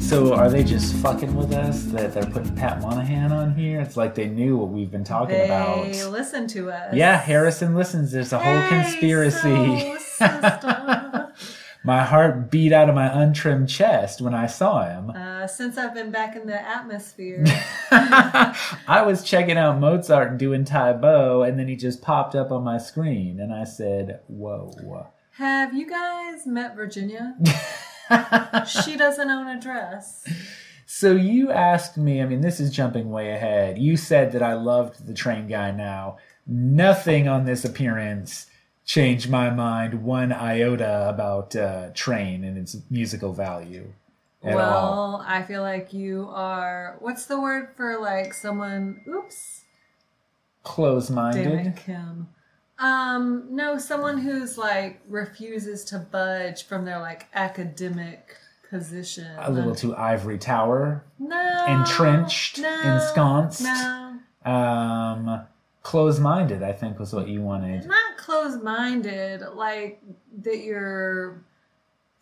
So are they just fucking with us that they're putting Pat Monahan on here? It's like they knew what we've been talking they about. listen to us. Yeah, Harrison listens. There's a whole Hey, conspiracy. soul sister. my heart beat out of my untrimmed chest when I saw him. uh, since I've been back in the atmosphere, I was checking out Mozart and doing Tai Bo, and then he just popped up on my screen, and I said, Whoa. have you guys met Virginia? she doesn't own a dress. So you asked me, I mean, this is jumping way ahead. You said that I loved the train guy now. Nothing on this appearance changed my mind one iota about uh, train and its musical value at well, all. I feel like you are. What's the word for like someone? Oops, Close damn it, minded. Kim. Um, no, someone who's like refuses to budge from their like academic position. A little too ivory tower. no, entrenched, no, ensconced. No, Um, close minded, I think, was what you wanted. not closed-minded. Like that you're.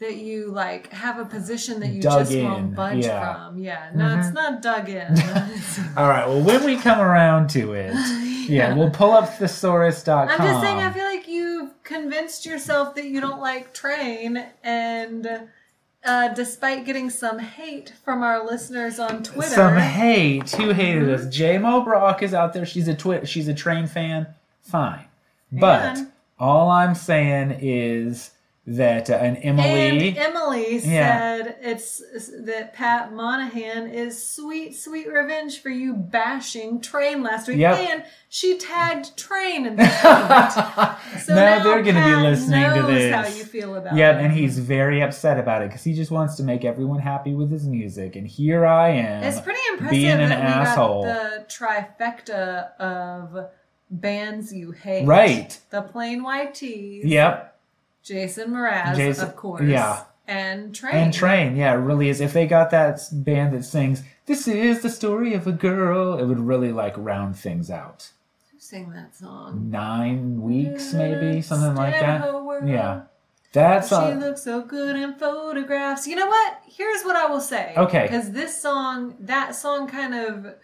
That you like have a position that you Dug just in, won't budge yeah. from. Yeah, no, it's not dug in. All right, well, when we come around to it, yeah, we'll pull up thesaurus.com. I'm just saying, I feel like you've convinced yourself that you don't like train, and uh, despite getting some hate from our listeners on Twitter, Mm-hmm. Some hate. Who hated us? J Mo Brock is out there. She's a twit. She's a train fan. Fine, but And- all I'm saying is that uh, an Emily. and Emily Yeah. said it's that Pat Monahan is sweet, sweet revenge for you bashing Train last week, Yep. and she tagged Train in the comment. so Now they're going gonna to be listening to this. How you feel about Yep, it. and he's very upset about it because he just wants to make everyone happy with his music, and here I am. It's pretty impressive being an that we asshole. got the trifecta of bands you hate. Right. The Plain White Tees. Yep, Jason Mraz, Jason- of course. yeah. And Train. and Train, yeah, it really is. If they got that s- band that sings "This is the story of a girl," it would really like round things out. Who sang that song? Nine weeks, maybe something like Instead that. of a world. Yeah, that's She a- looks so good in photographs. You know what? Here's what I will say. Okay. Because this song, that song kind of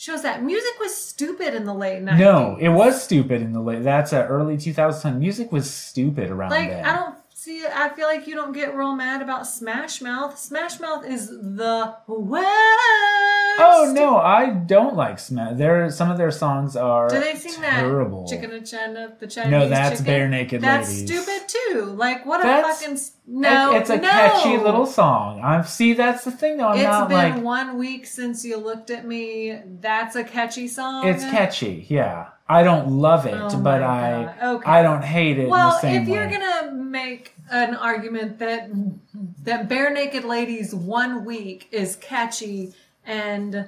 shows that music was stupid in the late 90s. No, it was stupid in the late. That's a early 2000. Music was stupid around Like then. I don't see. I feel like you don't get real mad about Smash Mouth. Smash Mouth is the worst. oh no, I don't like Smash. There, some of their songs are Do they sing that terrible. chicken and China, the Chinese? no, that's chicken? bare naked That's ladies. stupid too. Like what That's- a fucking s- no. It- it's a no. catchy little song. I'm see. That's the thing though. I'm It's not been like one week since you looked at me. That's a catchy song. it's catchy. Yeah, I don't love it, Oh, but my I God. Okay. I don't hate it. in Well, the same if you're way. gonna make an argument that that bare naked ladies one week is catchy and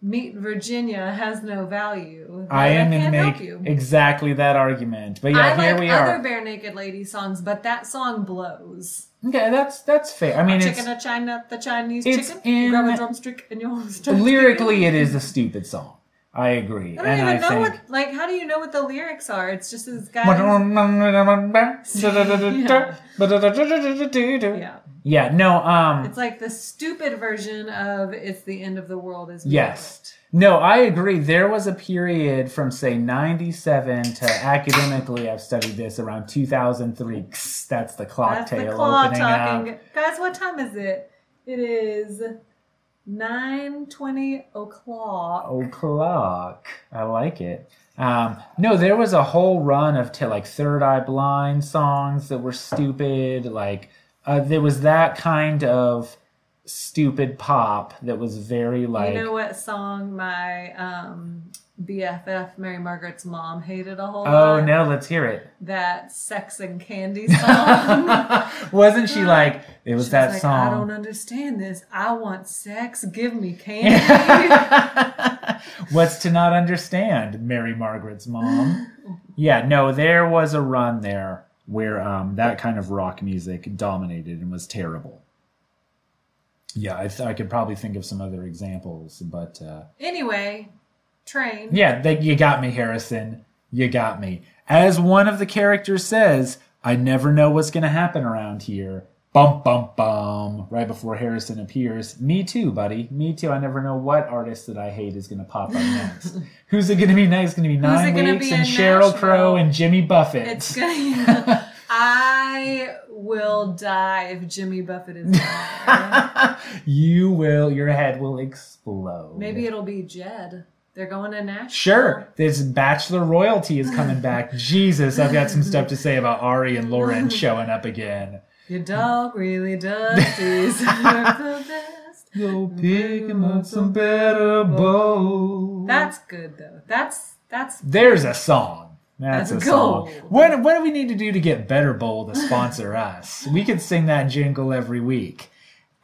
meet Virginia has no value, then I am can't gonna help make you. exactly that argument. But yeah, I here like we other are. bare naked lady songs, but that song blows. Okay, that's that's fair. I mean, chicken it's a China, the Chinese it's chicken. in- grab a drumstick and you'll start. lyrically it is a stupid song. I agree, I don't and even I know think. what like. How do you know what the lyrics are? It's just this guy. um, Yeah. uh, Yeah. no, um It's like the stupid version of "It's the end of the world" is we know it. yes. No, I agree. There was a period from say 97 to academically I've studied this around 2003. That's the clock That's tail the claw opening talking. up. Guys, what time is it? It is 9.20 Oh, o'clock. O'clock. I like it. Um, no, there was a whole run of t- like Third Eye Blind songs that were stupid. Like uh, there was that kind of stupid pop that was very like. you know what song my um, BFF, Mary Margaret's mom, hated a whole lot? oh no, let's hear it. That Sex and Candy song. Wasn't she like? It was She that was like, I song. don't understand this. I want sex. Give me candy. What's to not understand, Mary Margaret's mom? yeah, no, there was a run there where um, that kind of rock music dominated and was terrible. Yeah, I, th- I could probably think of some other examples, but uh, anyway, train. yeah, that you got me, Harrison. You got me. As one of the characters says, I never know what's going to happen around here. bum bum bum right before Harrison appears. Me too, buddy. Me too. I never know what artist that I hate is going to pop up next. Who's it going to be next? It's going to be it Nine gonna Weeks be and in Cheryl Nashville? Crow and Jimmy Buffett. It's good. I will die if Jimmy Buffett is there. you will. Your head will explode. Maybe it'll be Jed. They're going to Nashville. Sure, this Bachelor royalty is coming back. Jesus, I've got some stuff to say about Ari and Lauren showing up again. Your dog really does deserve the best. Go pick him up some better bow. That's good though. That's that's There's a song. That's That's a gold. song. What what do we need to do to get Better Bowl to sponsor us? We could sing that jingle every week.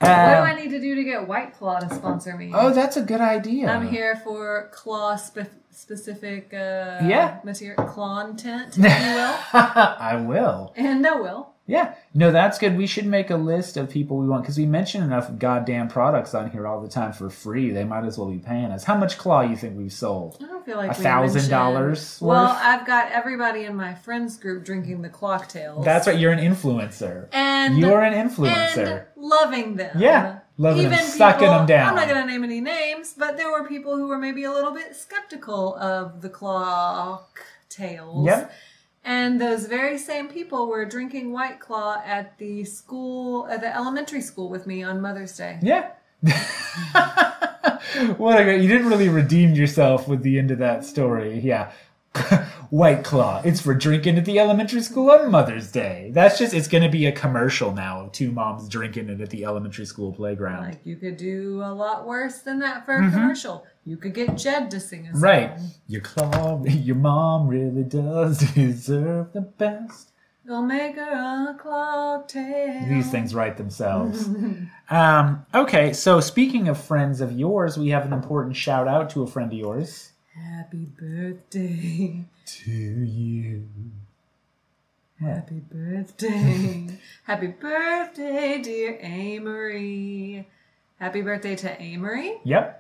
what do Uh, I need to do to get White Claw to sponsor me? oh, that's a good idea. I'm here for claw spe- specific uh, Yeah. material content, if you will, I will. and I will. Yeah. No, that's good. We should make a list of people we want because we mention enough goddamn products on here all the time for free. They might as well be paying us. How much claw you think we've sold? I don't feel like A we thousand mentioned- dollars Well, worth? I've got everybody in my friends group drinking the cocktails. That's right. You're an influencer. and You're an and influencer. loving them. Yeah, loving them, sucking people- them down. I'm not going to name any names, but there were people who were maybe a little bit skeptical of the cocktails. Yep. And those very same people were drinking White Claw at the school, at the elementary school with me on Mother's Day. Yeah. what a great, you didn't really redeem yourself with the end of that story. Yeah. White Claw. It's for drinking at the elementary school on Mother's Day. That's just, it's going to be a commercial now of two moms drinking it at the elementary school playground. Like you could do a lot worse than that for a commercial. You could get Jed to sing a song. Mm-hmm. Right. Your claw, your mom really does deserve the best. Go make her a cocktail. These things write themselves. um, okay, so speaking of friends of yours, we have an important shout out to a friend of yours. Happy birthday. To you. Happy birthday. Happy birthday, dear Amory. Happy birthday to Amory. Yep.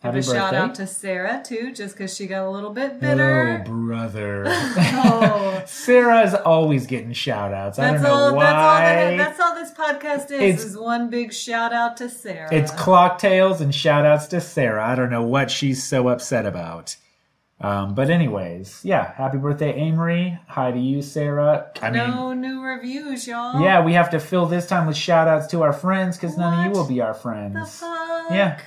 Happy Give a birthday. shout out to Sarah too, just because she got a little bit Oh, bitter. brother. Oh, Sarah's always getting shout outs. I don't that's know all. why. That's all. That, that's all this podcast is. It's- is one big shout out to Sarah. It's clocktails and shout outs to Sarah. I don't know what she's so upset about. Um, but anyways, yeah, happy birthday, Amory. Hi to you, Sarah. I no new reviews, y'all. mean, yeah, we have to fill this time with shout outs to our friends because none of you What will be our The friends. fuck? Yeah.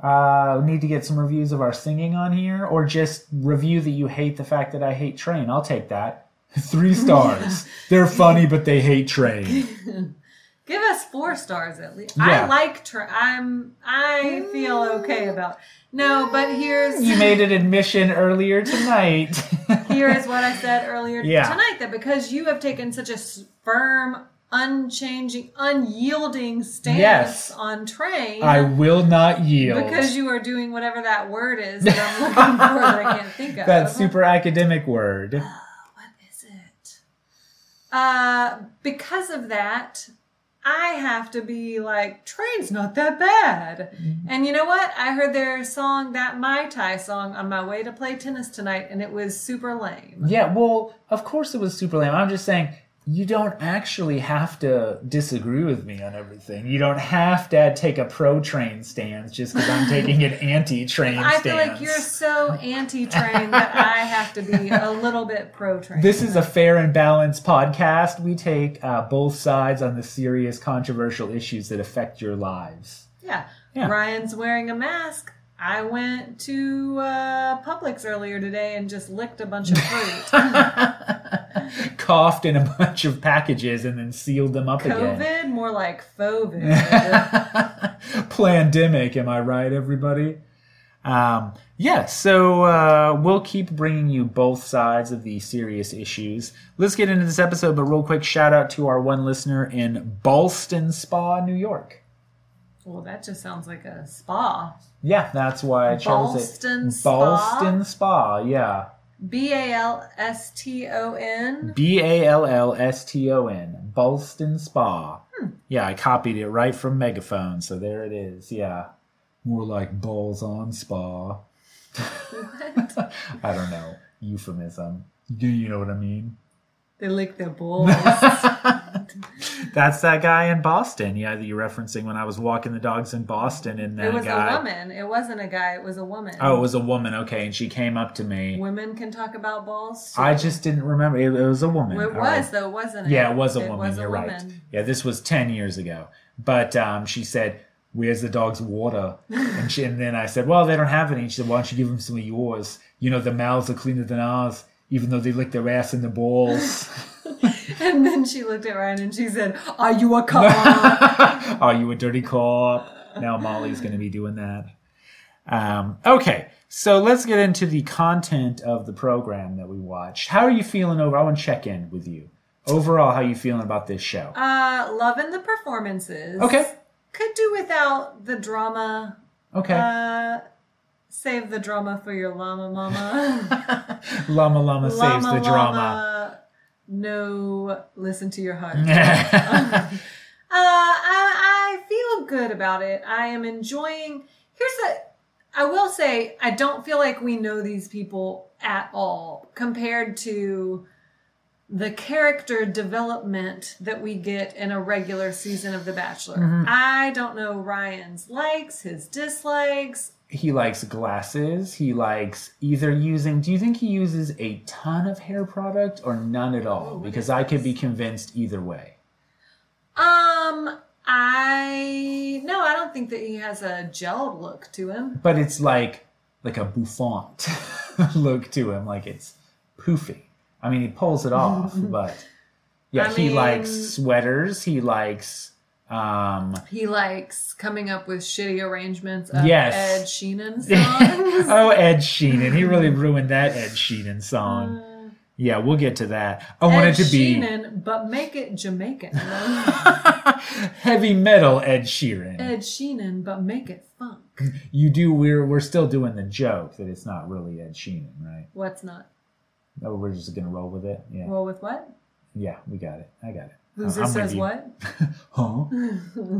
Uh, we need to get some reviews of our singing on here or just review that you hate the fact that I hate train. I'll take that. Three stars. They're funny, but they hate train. Give us four stars at least. Yeah. Mm. I like. Tra- I'm. I feel okay about. No, but here's You made an admission earlier tonight. here is what I said earlier Yeah. tonight that because you have taken such a s- firm, unchanging, unyielding stance Yes. on train, I will not yield. because you are doing whatever that word is that I'm looking for that I can't think of. that super academic word. What is it? Uh, because of that, I have to be like, train's not that bad. Mm-hmm. And you know what? I heard their song, that Mai Tai song, on my way to play tennis tonight, and it was super lame. Yeah, well, of course it was super lame. I'm just saying you don't actually have to disagree with me on everything. You don't have to take a pro train stance just because I'm taking an anti train I stance. feel like you're so anti-train that I have to be a little bit pro-train. This is a fair and balanced podcast. We take uh, both sides on the serious, controversial issues that affect your lives. yeah. Yeah. Ryan's wearing a mask. I went to uh, Publix earlier today and just licked a bunch of fruit. Coughed in a bunch of packages and then sealed them up again. COVID, more like fovid. Plandemic, am I right, everybody? Um, yeah, so uh, we'll keep bringing you both sides of the serious issues. Let's get into this episode, but real quick, shout out to our one listener in Ballston Spa, New York. well, that just sounds like a spa. Yeah, that's why I chose Ballston it. Spa? Ballston Spa, yeah. B A L S T O N. B A L L S T O N, Ballston Spa. Hmm. Yeah, I copied it right from Megaphone, so there it is. Yeah. More like balls on spa. I don't know. Euphemism. Do you know what I mean? They lick their balls. That's that guy in Boston. Yeah, that you're referencing when I was walking the dogs in Boston, and that it was guy. a woman. It wasn't a guy. It was a woman. Oh, it was a woman. Okay, and she came up to me. women can talk about balls. I just didn't remember. It, it was a woman. Well, it All was right. though, wasn't it? Yeah, it was a woman. was a You're right. woman. Yeah, this was ten years ago. But um, she said, "Where's the dog's water?" And, she, and then I said, "Well, they don't have any." And she said, "Why don't you give them some of yours? You know, the mouths are cleaner than ours, even though they lick their ass in the balls." And then she looked at Ryan and she said, "Are you a cop?" Are you a dirty cop? Now Molly's going to be doing that. Um, okay, so let's get into the content of the program that we watched. How are you feeling over? I want to check in with you. Overall, how you feeling about this show? uh, loving the performances. Okay. Could do without the drama. Okay. Uh, save the drama for your llama mama. llama Llama saves the drama. llama. No, listen to your heart. Uh, I, I feel good about it. I am enjoying. Here's a. I will say I don't feel like we know these people at all compared to the character development that we get in a regular season of The Bachelor. Mm-hmm. I don't know Ryan's likes, his dislikes. he likes glasses. He likes either using, do you think he uses a ton of hair product or none at Oh, all? Because I could be convinced either way. Um, I no, I don't think that he has a gelled look to him. but it's like like a bouffant look to him like it's poofy i mean he pulls it off but yeah I he mean- likes sweaters he likes um He likes coming up with shitty arrangements of Yes. Ed Sheenan songs. oh ed sheeran he really ruined that ed sheeran song yeah we'll get to that Um, i want Ed it to be Sheeran, but make it Jamaican. heavy metal ed sheeran Ed Sheenan, but make it funk. you do we're we're still doing the joke that it's not really ed sheeran right What's not? oh we're just gonna roll with it yeah Roll with what? yeah we got it i got it Loser I'm with says you. what? huh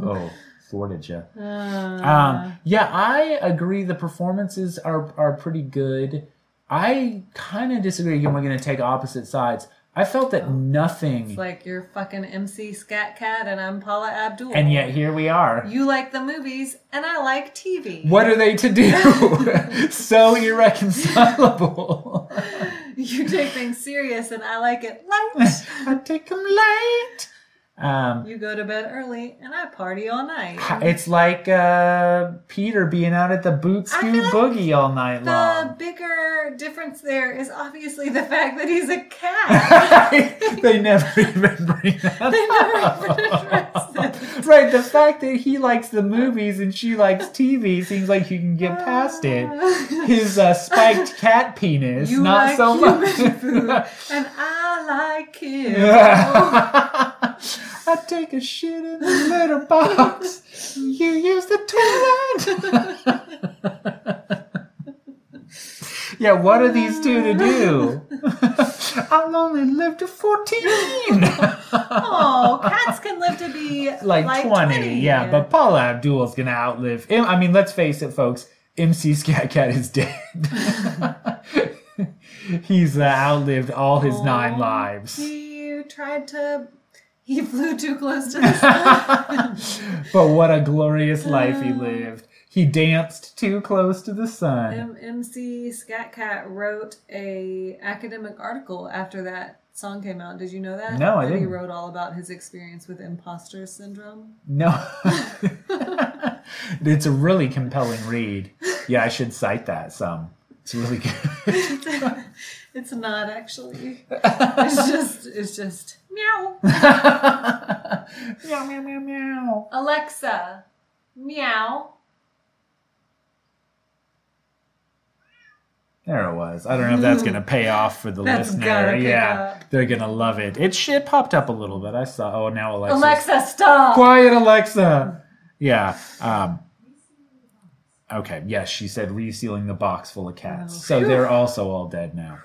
oh thwarted you Uh, Um, yeah, I agree. The performances are are pretty good. I kind of disagree. Again, we're going to take opposite sides. I felt that nothing, Oh. it's like you're fucking MC Scat Cat, and I'm Paula Abdul. and yet here we are. you like the movies, and I like TV. What are they to do? so irreconcilable. You take things serious, and I like it light. I take them late. Um, you go to bed early, and I party all night. it's like uh, Peter being out at the boot I scoot feel like boogie all night long. The bigger difference there is obviously the fact that he's a cat. they never even bring that They never even up. address Right, the fact that he likes the movies and she likes TV seems like you can get past it. His uh, spiked cat penis, You not like so human much. and I like him. I take a shit in the letterbox. You use the toilet. yeah, what are these two to do? I'll only live to 14. oh, cats can live to be like, 20, yeah but paula abdul's gonna outlive him i mean let's face it folks mc scat cat is dead he's uh, outlived all his nine Aw. lives he tried to. He flew too close to the sun. but what a glorious life he lived he danced too close to the sun M- MC Scat Cat wrote a academic article after that song came out. Did you know that? No, I And He didn't. wrote all about his experience with imposter syndrome. no it's a really compelling read yeah i should cite that some it's really good it's not actually. It's just. It's just. Meow. meow meow meow meow Alexa, meow. There it was. I don't know if that's going to pay off for the That's listener. gotta pick Yeah, up. they're going to love it. It shit popped up a little bit. I saw. Oh, now Alexa. Alexa, stop. Quiet, Alexa. Yeah. Um, okay. Yes, she said resealing the box full of cats. So Oh. they're also all dead now.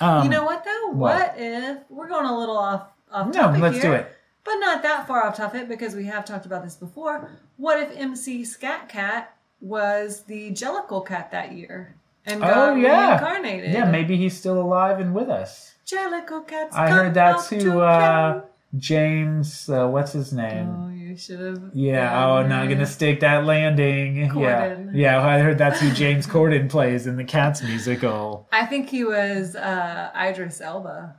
Um, you know what though? what? What? if we're going a little off off No, topic let's here, do it. but not that far off topic because we have talked about this before. What if MC Scat Cat was the Jellicle cat that year and got Oh, yeah. reincarnated? Yeah, maybe he's still alive and with us. Jellicle cats. I heard come that's out who to uh, play. James, uh, what's his name? Oh, you should have. Yeah, oh, not gonna stake that landing. Corden. Yeah, yeah, I heard that's who James Corden plays in the Cats musical. I think he was uh, Idris Elba.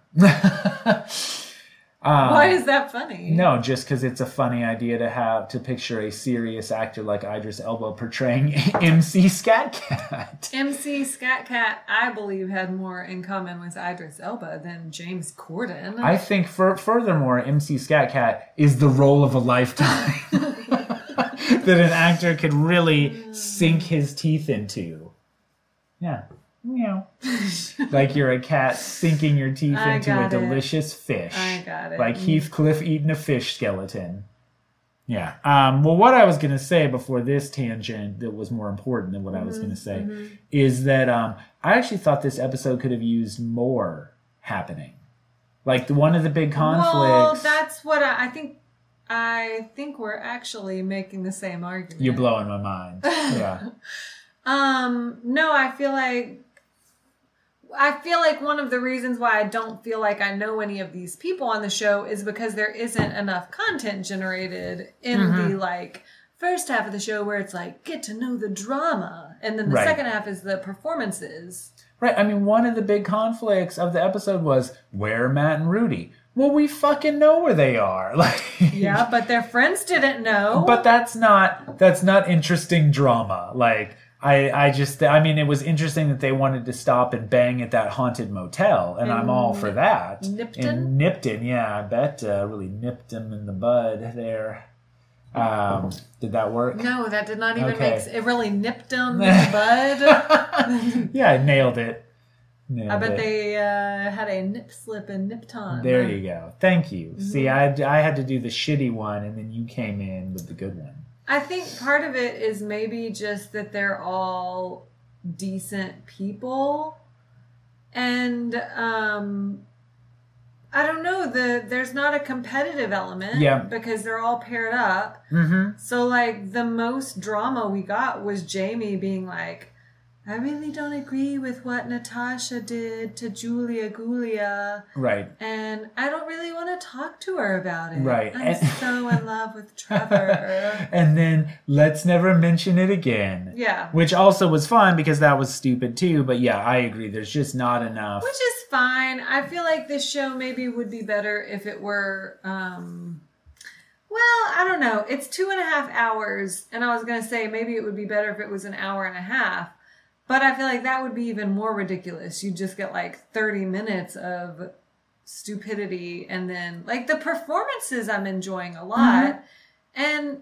um, Why is that funny? no, just because it's a funny idea to have to picture a serious actor like Idris Elba portraying MC Scat Cat. MC Scat Cat, I believe, had more in common with Idris Elba than James Corden. I think, for, furthermore, MC Scat Cat is the role of a lifetime that an actor could really sink his teeth into. Yeah. Meow. like you're a cat sinking your teeth I into a got it. delicious fish. I got it. Mm. Like Heathcliff eating a fish skeleton. Yeah. Um, well, what I was going to say before this tangent that was more important than what I was Mm-hmm. going to say is that um, I actually thought this episode could have used more happening. Like the one of the big conflicts. Well, that's what I, I think. I think we're actually making the same argument. You're blowing my mind. Yeah. Um, no, I feel like I feel like one of the reasons why I don't feel like I know any of these people on the show is because there isn't enough content generated in Mm-hmm. the like first half of the show where it's like get to know the drama and then the Right. second half is the performances. Right. I mean, one of the big conflicts of the episode was where are Matt and Rudy. Well, we fucking know where they are. Like, Yeah, but their friends didn't know. but that's not that's not interesting drama. Like, I I just I mean, it was interesting that they wanted to stop and bang at that haunted motel, and I'm all Mm. for that. Nipton? In Nipton, yeah, I bet uh, really nipped him in the bud there. Um, did that work? no, that did not even Okay. make s- it really nipped them in the bud. yeah, I nailed it. Nailed I bet it. they uh, had a nip slip and nip ton. There you go. Thank you. See, Mm-hmm. I, I had to do the shitty one, and then you came in with the good one. I think part of it is maybe just that they're all decent people. And um I don't know, the there's not a competitive element Yeah. because they're all paired up. Mm-hmm. So like the most drama we got was Jamie being like I really don't agree with what Natasha did to Julia Gulia, Right. and I don't really want to talk to her about it. Right. I'm so in love with Trevor. And then let's never mention it again. Yeah. Which also was fun because that was stupid too. But yeah, I agree. There's just not enough. Which is fine. I feel like this show maybe would be better if it were. Um, well, I don't know. It's two and a half hours, and I was gonna say maybe it would be better if it was an hour and a half. But I feel like that would be even more ridiculous. You just get like thirty minutes of stupidity, and then like the performances I'm enjoying a lot, and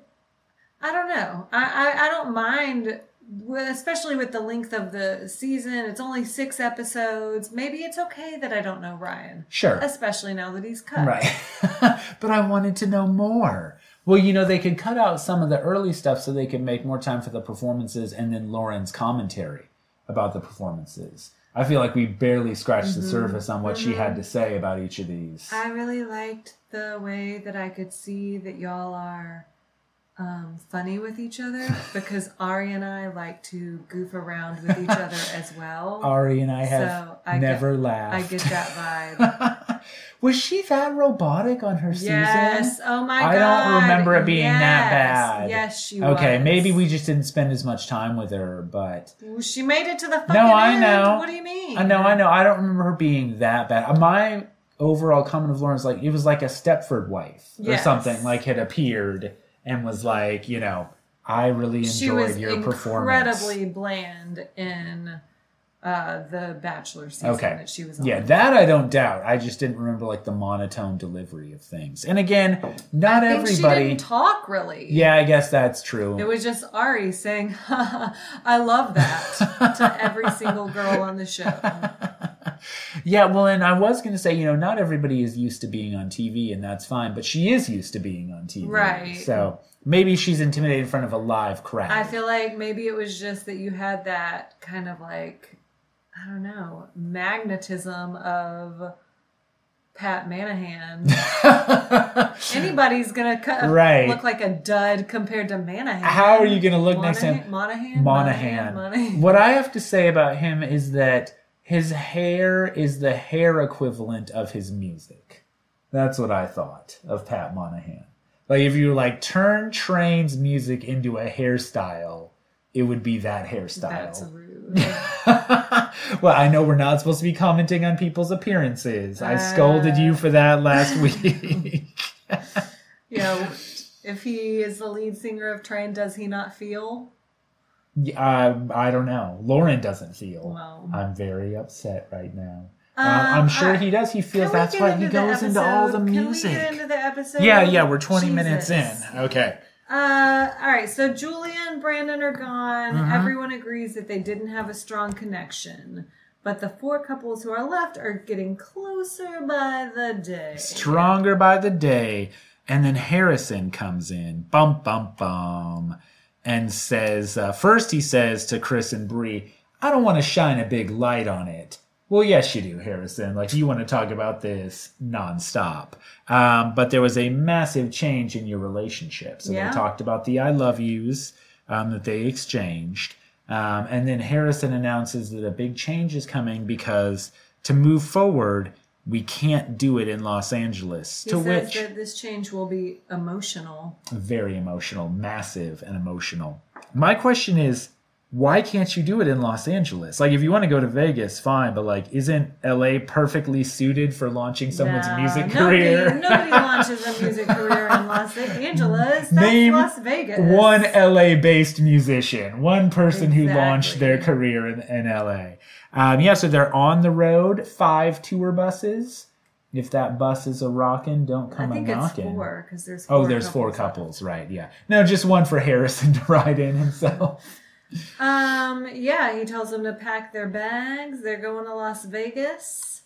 I don't know. I, I I don't mind well, especially with the length of the season, it's only six episodes. Maybe it's okay that I don't know Ryan, Sure. especially now that he's cut. Right. but I wanted to know more. Well, you know, they could cut out some of the early stuff so they could make more time for the performances and then Lauren's commentary about the performances. I feel like we barely scratched the surface on what she had to say about each of these. Mm-hmm. I really liked the way that I could see that y'all are um, funny with each other because Ari and I like to goof around with each other as well. Ari and I have So I never I laughed. get that vibe. Was she that robotic on her yes. season? Oh my I god. don't remember it being that Yes. bad. Yes, she was. Okay, maybe we just didn't spend as much time with her, but She made it to the fucking I end. know. What do you mean? I know, I know. I don't remember her being that bad. Uh, My overall comment of Lauren's like it was like a Stepford wife or Yes. something. Like had appeared and was like, you know, I really enjoyed she was your performance. incredibly bland in uh, the Bachelor season Okay. that she was on. Yeah, that I don't doubt. I just didn't remember like the monotone delivery of things. And again, not I think she everybody. didn't talk really. Yeah, I guess that's true. It was just Ari saying, I love that to every single girl on the show. Yeah, well, and I was going to say, you know, not everybody is used to being on TV, and that's fine, but she is used to being on TV. Right. So maybe she's intimidated in front of a live crowd. I feel like maybe it was just that you had that kind of like, I don't know, magnetism of Pat Manahan. Anybody's going to cut Right. look like a dud compared to Manahan. How are you going to look next Monahan, time? Monahan, Monahan. Monahan. What I have to say about him is that his hair is the hair equivalent of his music. That's what I thought of Pat Monahan. Like if you like turn trains music into a hairstyle, it would be that hairstyle. That's rude. well, I know we're not supposed to be commenting on people's appearances. I scolded you for that last Uh. week. you know, if he is the lead singer of Train, does he not feel? I, I don't know. Lauren doesn't feel. Well. I'm very upset right now. Um, um, I'm sure all right. he does. He feels Can we that's get why he into the goes into all the episode? music. Can we get into the episode? yeah, yeah, we're 20 minutes Jesus. in. Okay. Uh, all right, so Julia and Brandon are gone. Mhm. Everyone agrees that they didn't have a strong connection. But the four couples who are left are getting closer by the day. Stronger by the day. And then Harrison comes in, bum, bum, bum, and says, uh, first he says to Chris and Bree, I don't want to shine a big light on it. Well, yes, you do, Harrison. Like, you want to talk about this nonstop. Um, but there was a massive change in your relationship. So Yeah. they talked about the I love yous um, that they exchanged. Um, and then Harrison announces that a big change is coming because to move forward, we can't do it in Los Angeles. He to says which, that this change will be emotional. very emotional, massive and emotional. My question is, why can't you do it in Los Angeles? Like, if you want to go to Vegas, fine, but like, isn't LA perfectly suited for launching someone's Nah, music nobody- career? Nobody, launches a music career in Los Angeles. That's Name Las Vegas. one LA based musician, one person who launched Exactly. their career in, in LA. Um, yeah, so they're on the road, five tour buses. If that bus is a rockin', don't I come think a it's knockin'. four because there's four Oh, there's four couples, right? Yeah. No, just one for Harrison to ride in himself. Um, yeah, he tells them to pack their bags. They're going to Las Vegas.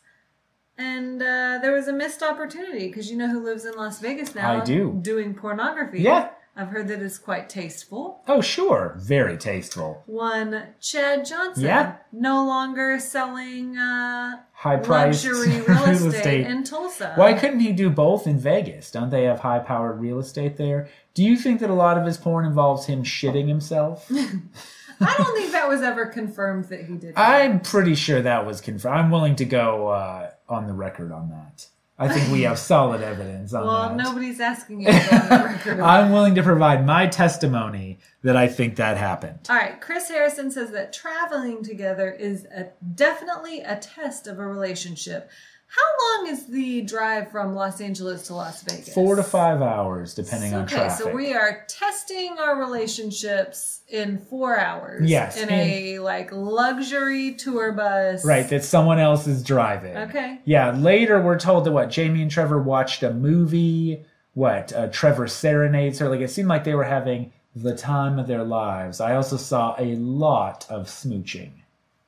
And uh, there was a missed opportunity because you know who lives in Las Vegas now? I do. Doing pornography. Yeah. I've heard that it's quite tasteful. Oh, sure. Very tasteful. One, Chad Johnson. Yeah. No longer selling uh, High priced luxury real estate in Tulsa. Why couldn't he do both in Vegas? Don't they have high powered real estate there? Do you think that a lot of his porn involves him shitting himself? I don't think that was ever confirmed that he did. that. I'm pretty sure that was confirmed. I'm willing to go uh, on the record on that. I think we have solid evidence on well, that. nobody's asking you to go on the record. I'm willing to provide my testimony that I think that happened. All right, Chris Harrison says that traveling together is a, definitely a test of a relationship. How long is the drive from Los Angeles to Las Vegas? Four to five hours, depending on Okay, traffic. so we are testing our relationships in four hours. Yes, in a like luxury tour bus. Right, that someone else is driving. Okay. Yeah, later we're told that what Jamie and Trevor watched a movie. What uh, Trevor serenades her. Like it seemed like they were having the time of their lives. I also saw a lot of smooching,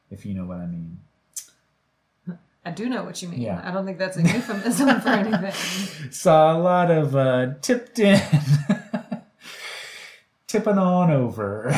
if you know what I mean. I do know what you mean. Yeah. I don't think that's a euphemism for anything. Saw a lot of uh, tipped in, tipping on over.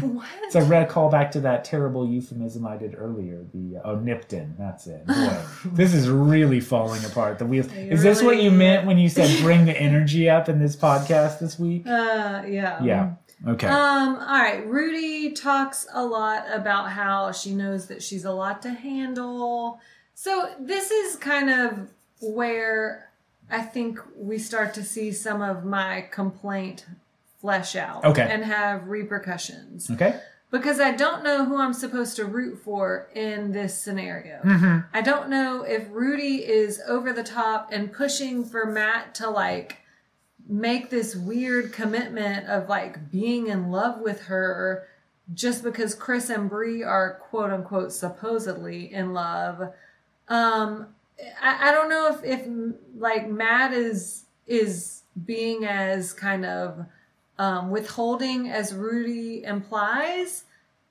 What? It's a red callback to that terrible euphemism I did earlier. The uh, oh, nipped in. That's it. Boy, this is really falling apart. The wheels. Is this what you Really? meant when you said bring the energy up in this podcast this week? Uh, yeah. Yeah. Okay. Um, all right. Rudy talks a lot about how she knows that she's a lot to handle. So this is kind of where I think we start to see some of my complaint flesh out Okay. and have repercussions okay. because I don't know who I'm supposed to root for in this scenario. I don't know if Rudy is over the top and pushing for Matt to like make this weird commitment of like being in love with her just because Chris and Bree are quote unquote supposedly in love. Um I, I don't know if if like Matt is is being as kind of um, withholding as Rudy implies.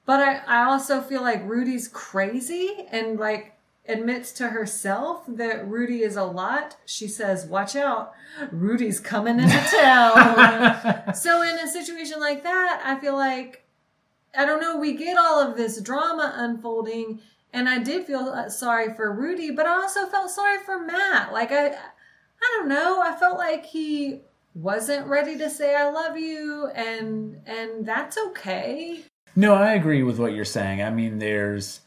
But I, I also feel like Rudy's crazy and like admits to herself that Rudy is a lot. She says, Watch out, Rudy's coming into town. so, in a situation like that, I feel like, I don't know, we get all of this drama unfolding. And I did feel uh, sorry for Rudy, but I also felt sorry for Matt. Like, I, I don't know, I felt like he wasn't ready to say I love you and and that's okay. No, I agree with what you're saying. I mean, there's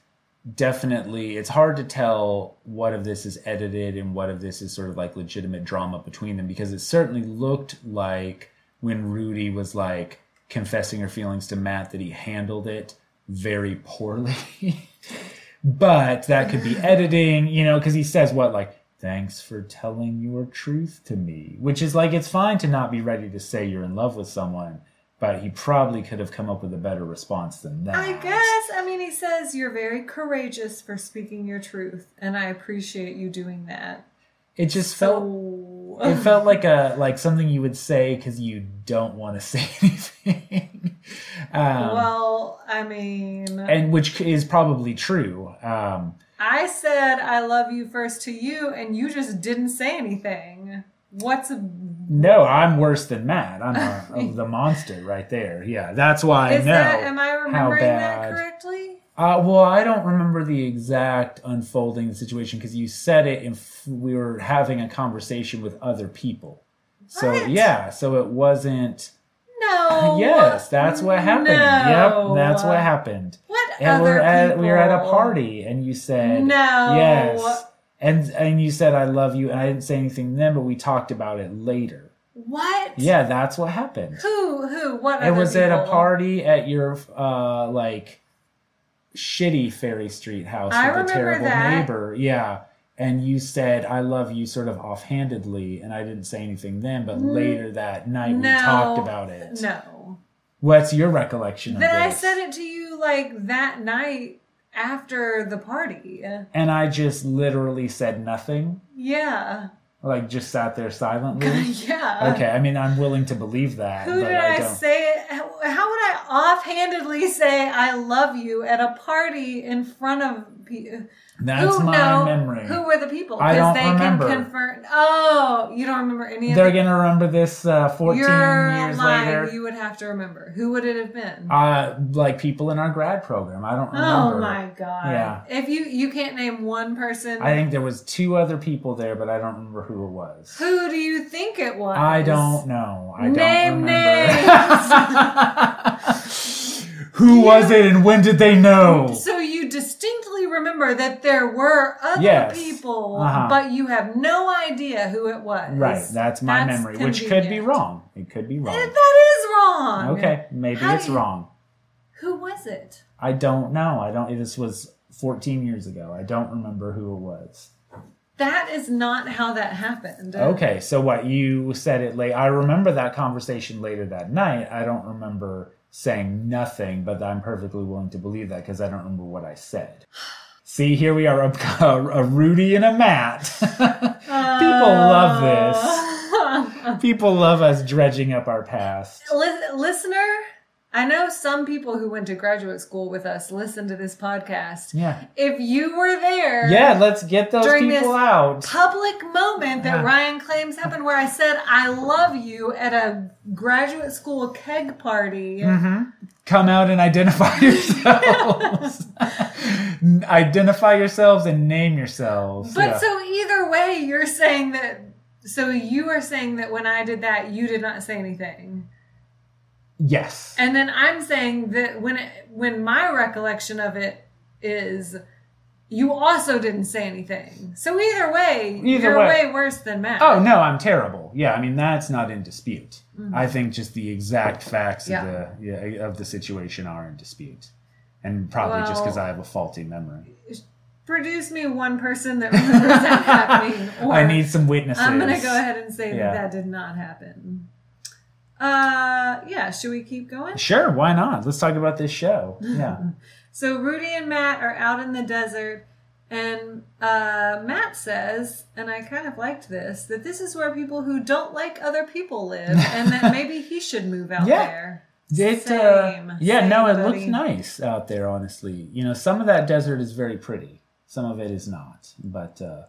definitely it's hard to tell what of this is edited and what of this is sort of like legitimate drama between them because it certainly looked like when Rudy was like confessing her feelings to Matt that he handled it very poorly. but that could be editing, you know, because he says what like thanks for telling your truth to me, which is like it's fine to not be ready to say you're in love with someone, but he probably could have come up with a better response than that. I guess. I mean, he says you're very courageous for speaking your truth, and I appreciate you doing that. it just felt So it felt like a like something you would say because you don't want to say anything. um, well, I mean, and which is probably true. Um, I said I love you first to you, and you just didn't say anything. What's a, no, I'm worse than Matt. I'm a, a- the monster right there. Yeah, that's why I is know. that? um, Am I remembering that bad- correctly? Uh, well, I don't remember the exact unfolding of the situation because you said it and f- we were having a conversation with other people. So What? yeah, so it wasn't. No. yes, that's what happened. No. Yep, that's what happened. What And other we're at we were at a people? party, and you said No. yes, and and you said I love you, and I didn't say anything then, but we talked about it later. What? Yeah, that's what happened. Who? Who? What? It other was at a people? party at your uh like shitty Ferry Street house I with a remember terrible that. neighbor. Yeah. And you said I love you sort of offhandedly and I didn't say anything then, but Mm. later that night we No. talked about it. No. What's your recollection Then of I this? said it to you like that night after the party. and I just literally said nothing. Yeah. Like just sat there silently. yeah. okay, I mean I'm willing to believe that, Who but did I I, don't say it? How, how would I offhandedly say I love you at a party in front of people? that's who my know- memory. Who were the people? I don't Because they remember. can confirm. Oh, you don't remember any They're of gonna remember this uh, the 14 You're years lying. later. You would have to remember. Who would it have been? uh like people in our grad program i don't remember Oh my god! Yeah. If you you can't name one person, i think there was two other people there but i don't remember who it was who do you think it was? i don't know i Name don't remember names. who You- was it and when did they know So you distinctly remember that there were other Yes. people, Uh-huh. but you have no idea who it was. right that's my That's memory which could be convenient. wrong it could be Eh, wrong That is wrong. okay maybe How it's do you- wrong Who was it? i don't know i don't this was 14 years ago i don't remember who it was That is not how that happened. Okay, so what you said it late. I remember that conversation later that night. I don't remember saying nothing, but I'm perfectly willing to believe that because I don't remember what I said. See, here we are, a, a Rudy and a Matt. love this. People love us dredging up our past. Lis- listener, I know some people who went to graduate school with us listen to this podcast. Yeah, If you were there, yeah. Let's get those During people this- out. public moment that Yeah. Ryan claims happened where I said I love you at a graduate school keg party. hmm Come out and identify yourselves. identify yourselves and name yourselves. But Yeah. so either way, you're saying that. So you are saying that when I did that, you did not say anything, yes. and then I'm saying that when it, when my recollection of it is, you also didn't say anything. So either way, Either you're way. way. worse than Matt. Oh no, I'm terrible. Yeah, I mean that's not in dispute. I think just the exact facts Mm-hmm. Yeah. of the yeah, of the situation are in dispute, and probably just Well- because I have a faulty memory. Produce me one person that remembers that happening. Or I need some witnesses. I'm gonna go ahead and say Yeah. that that did not happen. Uh, yeah. Should we keep going? Sure, why not? Let's talk about this show. Yeah, So Rudy and Matt are out in the desert, and uh, Matt says, and I kind of liked this, that this is where people who don't like other people live, and that maybe he should move out Yeah. there. it. Same, uh, yeah, same, no, it buddy. looks nice out there. Honestly, you know, some of that desert is very pretty. Some of it is not, but. Uh,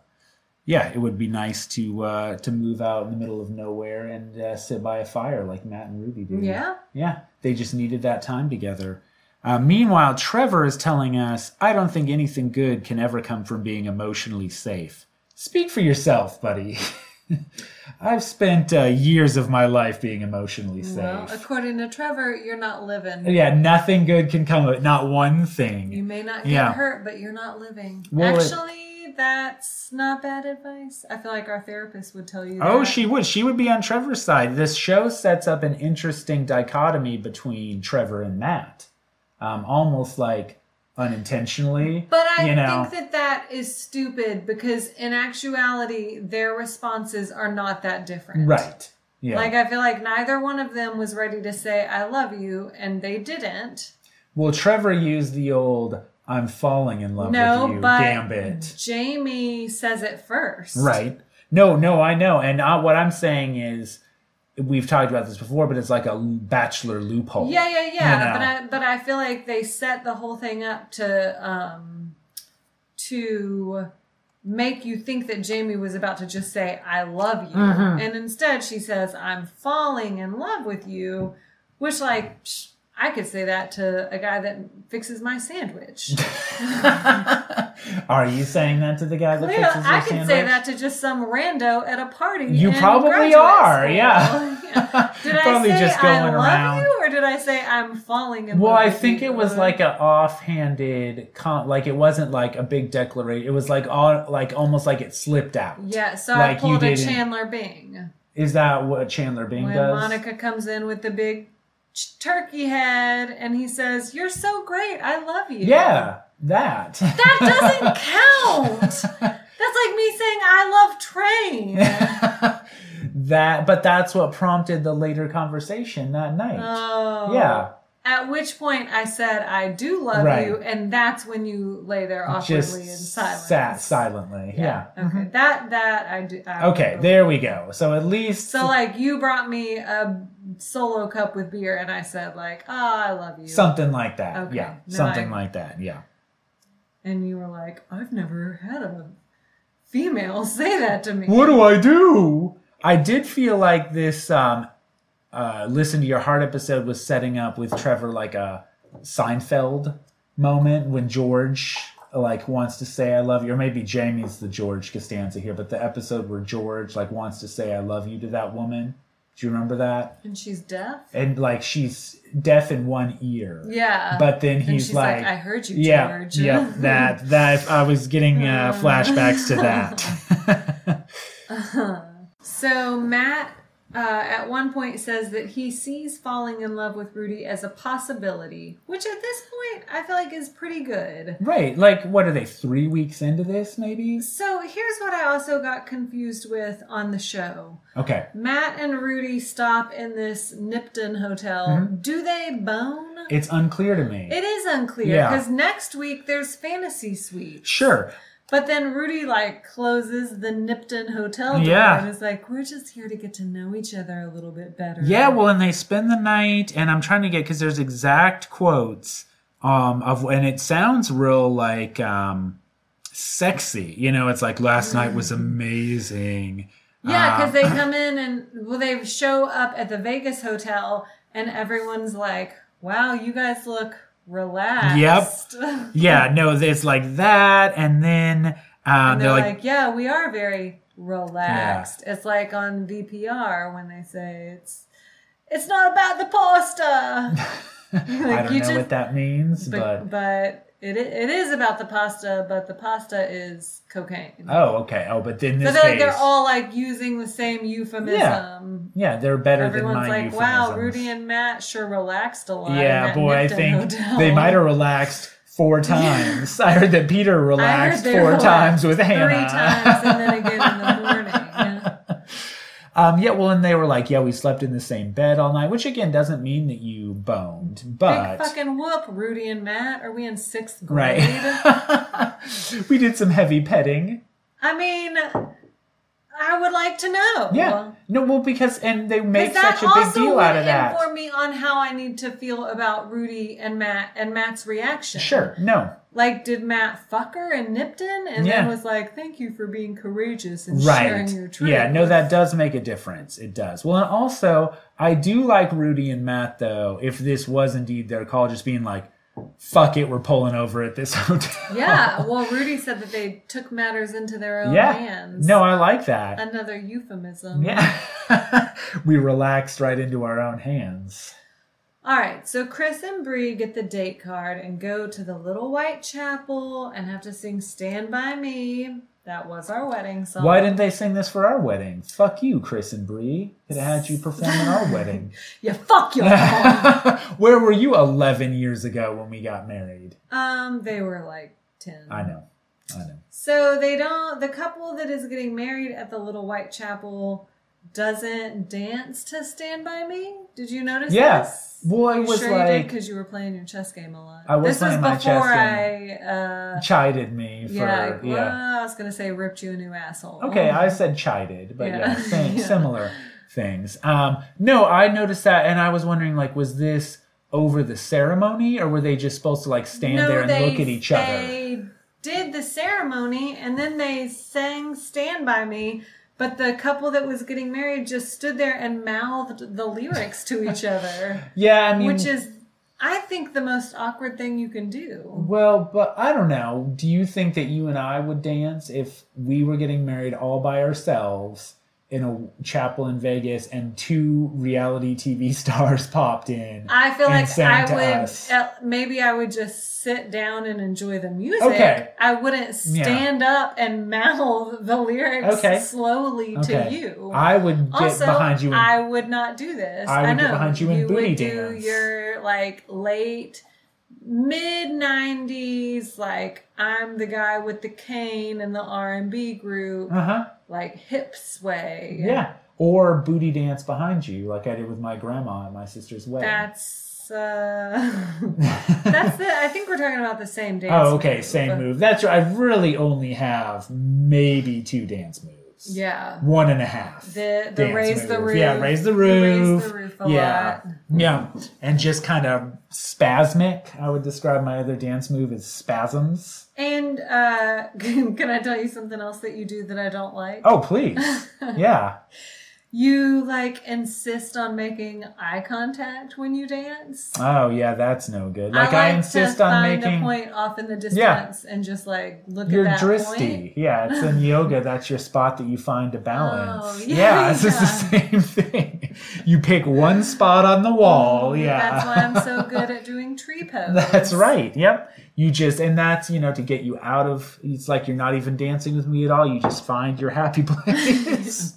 yeah, it would be nice to uh, to move out in the middle of nowhere and uh, sit by a fire like Matt and Ruby do. Yeah. Yeah, they just needed that time together. Uh, meanwhile, Trevor is telling us, I don't think anything good can ever come from being emotionally safe. Speak for yourself, buddy. I've spent uh, years of my life being emotionally safe. Well, according to Trevor, you're not living. yeah, nothing good can come of it. Not one thing. You may not get Yeah. hurt, but you're not living. Well, it- Actually, that's not bad advice. I feel like our therapist would tell you. Oh, that. she would. She would be on Trevor's side. This show sets up an interesting dichotomy between Trevor and Matt, um, almost like unintentionally. But I you know. think that that is stupid because in actuality, their responses are not that different. right. Yeah. Like I feel like neither one of them was ready to say "I love you," and they didn't. well, Trevor used the old "I'm falling in love no, with you" but gambit. Jamie says it first. Right. No, no, I know. And uh, what I'm saying is, we've talked about this before, but it's like a bachelor loophole. Yeah, yeah, yeah. You know. But I but I feel like they set the whole thing up to um to make you think that Jamie was about to just say I love you Mhm. and instead she says I'm falling in love with you which like psh, I could say that to a guy that fixes my sandwich. Are you saying that to the guy that Clearly, fixes your I could say sandwich? that to just some rando at a party. You in probably graduate are, school. yeah. Did I Probably say just I going love around. you, or did I say I'm falling in Well, love? I with think you? Uh, it was like a offhanded con like it wasn't like a big declaration. It was like all like almost like it slipped out. Yeah, so like I you pulled a didn't- Chandler Bing Is that what Chandler Bing when does? Monica comes in with the big ch- turkey head, and he says, "You're so great, I love you." yeah, that. that doesn't count. That's like me saying I love train. that but that's what prompted the later conversation that night. Oh, yeah. At which point I said I do love Right. you, and that's when you lay there awkwardly Just in silence. sat silently. Yeah. Mm-hmm. Okay, that that I do. I Okay, remember. there we go. So at least So like you brought me a solo cup with beer, and I said like, "Oh, I love you," something like that. Okay, Yeah. now something I- like that. Yeah. and you were like, "I've never had a female say that to me." What do I do? I did feel like this um, uh, listen to your heart episode was setting up with Trevor like a Seinfeld moment when George like wants to say I love you, or maybe Jamie's the George Costanza here, but the episode where George like wants to say I love you to that woman. Do you remember that? And she's deaf. And like she's deaf in one ear, Yeah. but then and he's she's like, like "I heard you, yeah, George." yeah, that that I was getting uh, flashbacks to that. So Matt uh, at one point says that he sees falling in love with Rudy as a possibility, which at this point I feel like is pretty good. Right. Like, what are they, three weeks into this, maybe? So here's what I also got confused with on the show. Okay. Matt and Rudy stop in this Nipton hotel. Mm-hmm. Do they bone? It's unclear to me. It is unclear Yeah. because next week there's fantasy suite. sure. But then Rudy like closes the Nipton hotel door Yeah. and is like, "We're just here to get to know each other a little bit better." Yeah, well, and they spend the night, and I'm trying to get, because there's exact quotes um, of, and it sounds real, like, um, sexy. You know, it's like, last night Mm. was amazing. yeah, Um, because they come in and well, they show up at the Vegas hotel and everyone's like, "Wow, you guys look relaxed." Yep. Yeah, no, it's like that, and then um, And they're, they're like, like, yeah, we are very relaxed. It's like on VPR when they say it's it's not about the pasta. I like, don't you know just- what that means, but but, but it, i- it is about the pasta, but the pasta is cocaine. oh, okay. Oh, but then so this they're like case, they're all like using the same euphemism. yeah, they're better than Everyone's my like, wow, euphemisms. Rudy and Matt sure relaxed a lot. in Yeah, that boy, I Nipton think hotel." they might have relaxed four times. I heard that Peter I heard relaxed they four relaxed times with three Hannah. times and then again in the morning. um, yeah, well, and they were like, yeah, we slept in the same bed all night, which again doesn't mean that you boned, Big but fucking whoop, Rudy and Matt. Are we in sixth grade? right. we did some heavy petting. I mean, I would like to know. Yeah. No, well, because and they make Because that such a big also deal would out of that. inform me on how I need to feel about Rudy and Matt and Matt's reaction. Sure. No. Like, did Matt fuck her in Nipton and Yeah. then was like, "Thank you for being courageous and right sharing your truth"? yeah no that does make a difference it does well and also i do like rudy and matt though if this was indeed their call just being like fuck it, we're pulling over at this hotel. Yeah. Well, Rudy said that they took matters into their own yeah. hands. No, I like that. Another euphemism. yeah. we relaxed right into our own hands. All right. So Chris and Bree get the date card and go to the Little White Chapel and have to sing "Stand by Me." That was our wedding song. Why didn't they sing this for our wedding? Fuck you, Chris and Bree. Could have had you perform at our wedding. you fuck your mom? Where were you 11 years ago when we got married? um, they were like ten. I know. I know. So they don't. The couple that is getting married at the Little White Chapel doesn't dance to "Stand by Me." Did you notice? Yeah. This? Well, it You was sure you did like because you were playing your chess game a lot. I was this playing my before chess I, uh, chided me for yeah, yeah. well, I was gonna say ripped you a new asshole. Okay, I said chided, but yeah, Oh. Yeah. same, Yeah. similar things. Um, no, I noticed that, and I was wondering, like, was this over the ceremony, or were they just supposed to like stand No, there and they- look at each other? They did the ceremony and then they sang "Stand by Me." But the couple that was getting married just stood there and mouthed the lyrics to each other, Yeah, I mean, which is, I think, the most awkward thing you can do. well, but I don't know. Do you think that you and I would dance if we were getting married all by ourselves? In a chapel in Vegas, and two reality TV stars popped in. I feel and like sang I to would us. uh, maybe I would just sit down and enjoy the music. Okay. I wouldn't stand up and mouth the lyrics Okay. slowly Okay. to you. I would get also, behind you. And, I would not do this. I would get know behind you and booty would do dance. your like late mid '90s, like I'm the guy with the cane in the R&B group, uh huh. like hip sway. Yeah. Or booty dance behind you, like I did with my grandma at my sister's wedding. That's uh, that's the. I think we're talking about the same dance. oh, okay. Same but- move. That's right. I really only have maybe two dance moves. Yeah. One and a half. The the dance raise the moves. roof. Yeah, raise the roof. Raise the roof a yeah. lot. Yeah. And just kind of spasmic. I would describe my other dance move as spasms. And uh, can I tell you something else that you do that I don't like? Oh, please. yeah. You like insist on making eye contact when you dance. Oh, yeah, that's no good. Like I, to insist on find a making. point off in the Yeah. distance and just like look You're at that dristy. point. Yeah, it's in yoga. That's your spot that you find to balance. Oh, yeah, yeah, it's just the same thing. You pick one spot on the wall. Oh, yeah. Mm, That's why I'm so good at doing tree pose. That's right. Yep. You just, and that's, you know, to get you out of, it's like you're not even dancing with me at all. You just find your happy place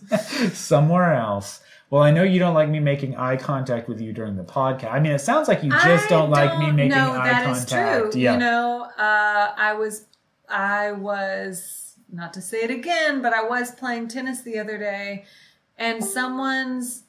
somewhere else. Well, I know you don't like me making eye contact with you during the podcast. I mean, it sounds like you just I don't, like me don't making know eye that is contact. true. Yeah. You know, uh, I was, I was not to say it again, but I was playing tennis the other day, and someone's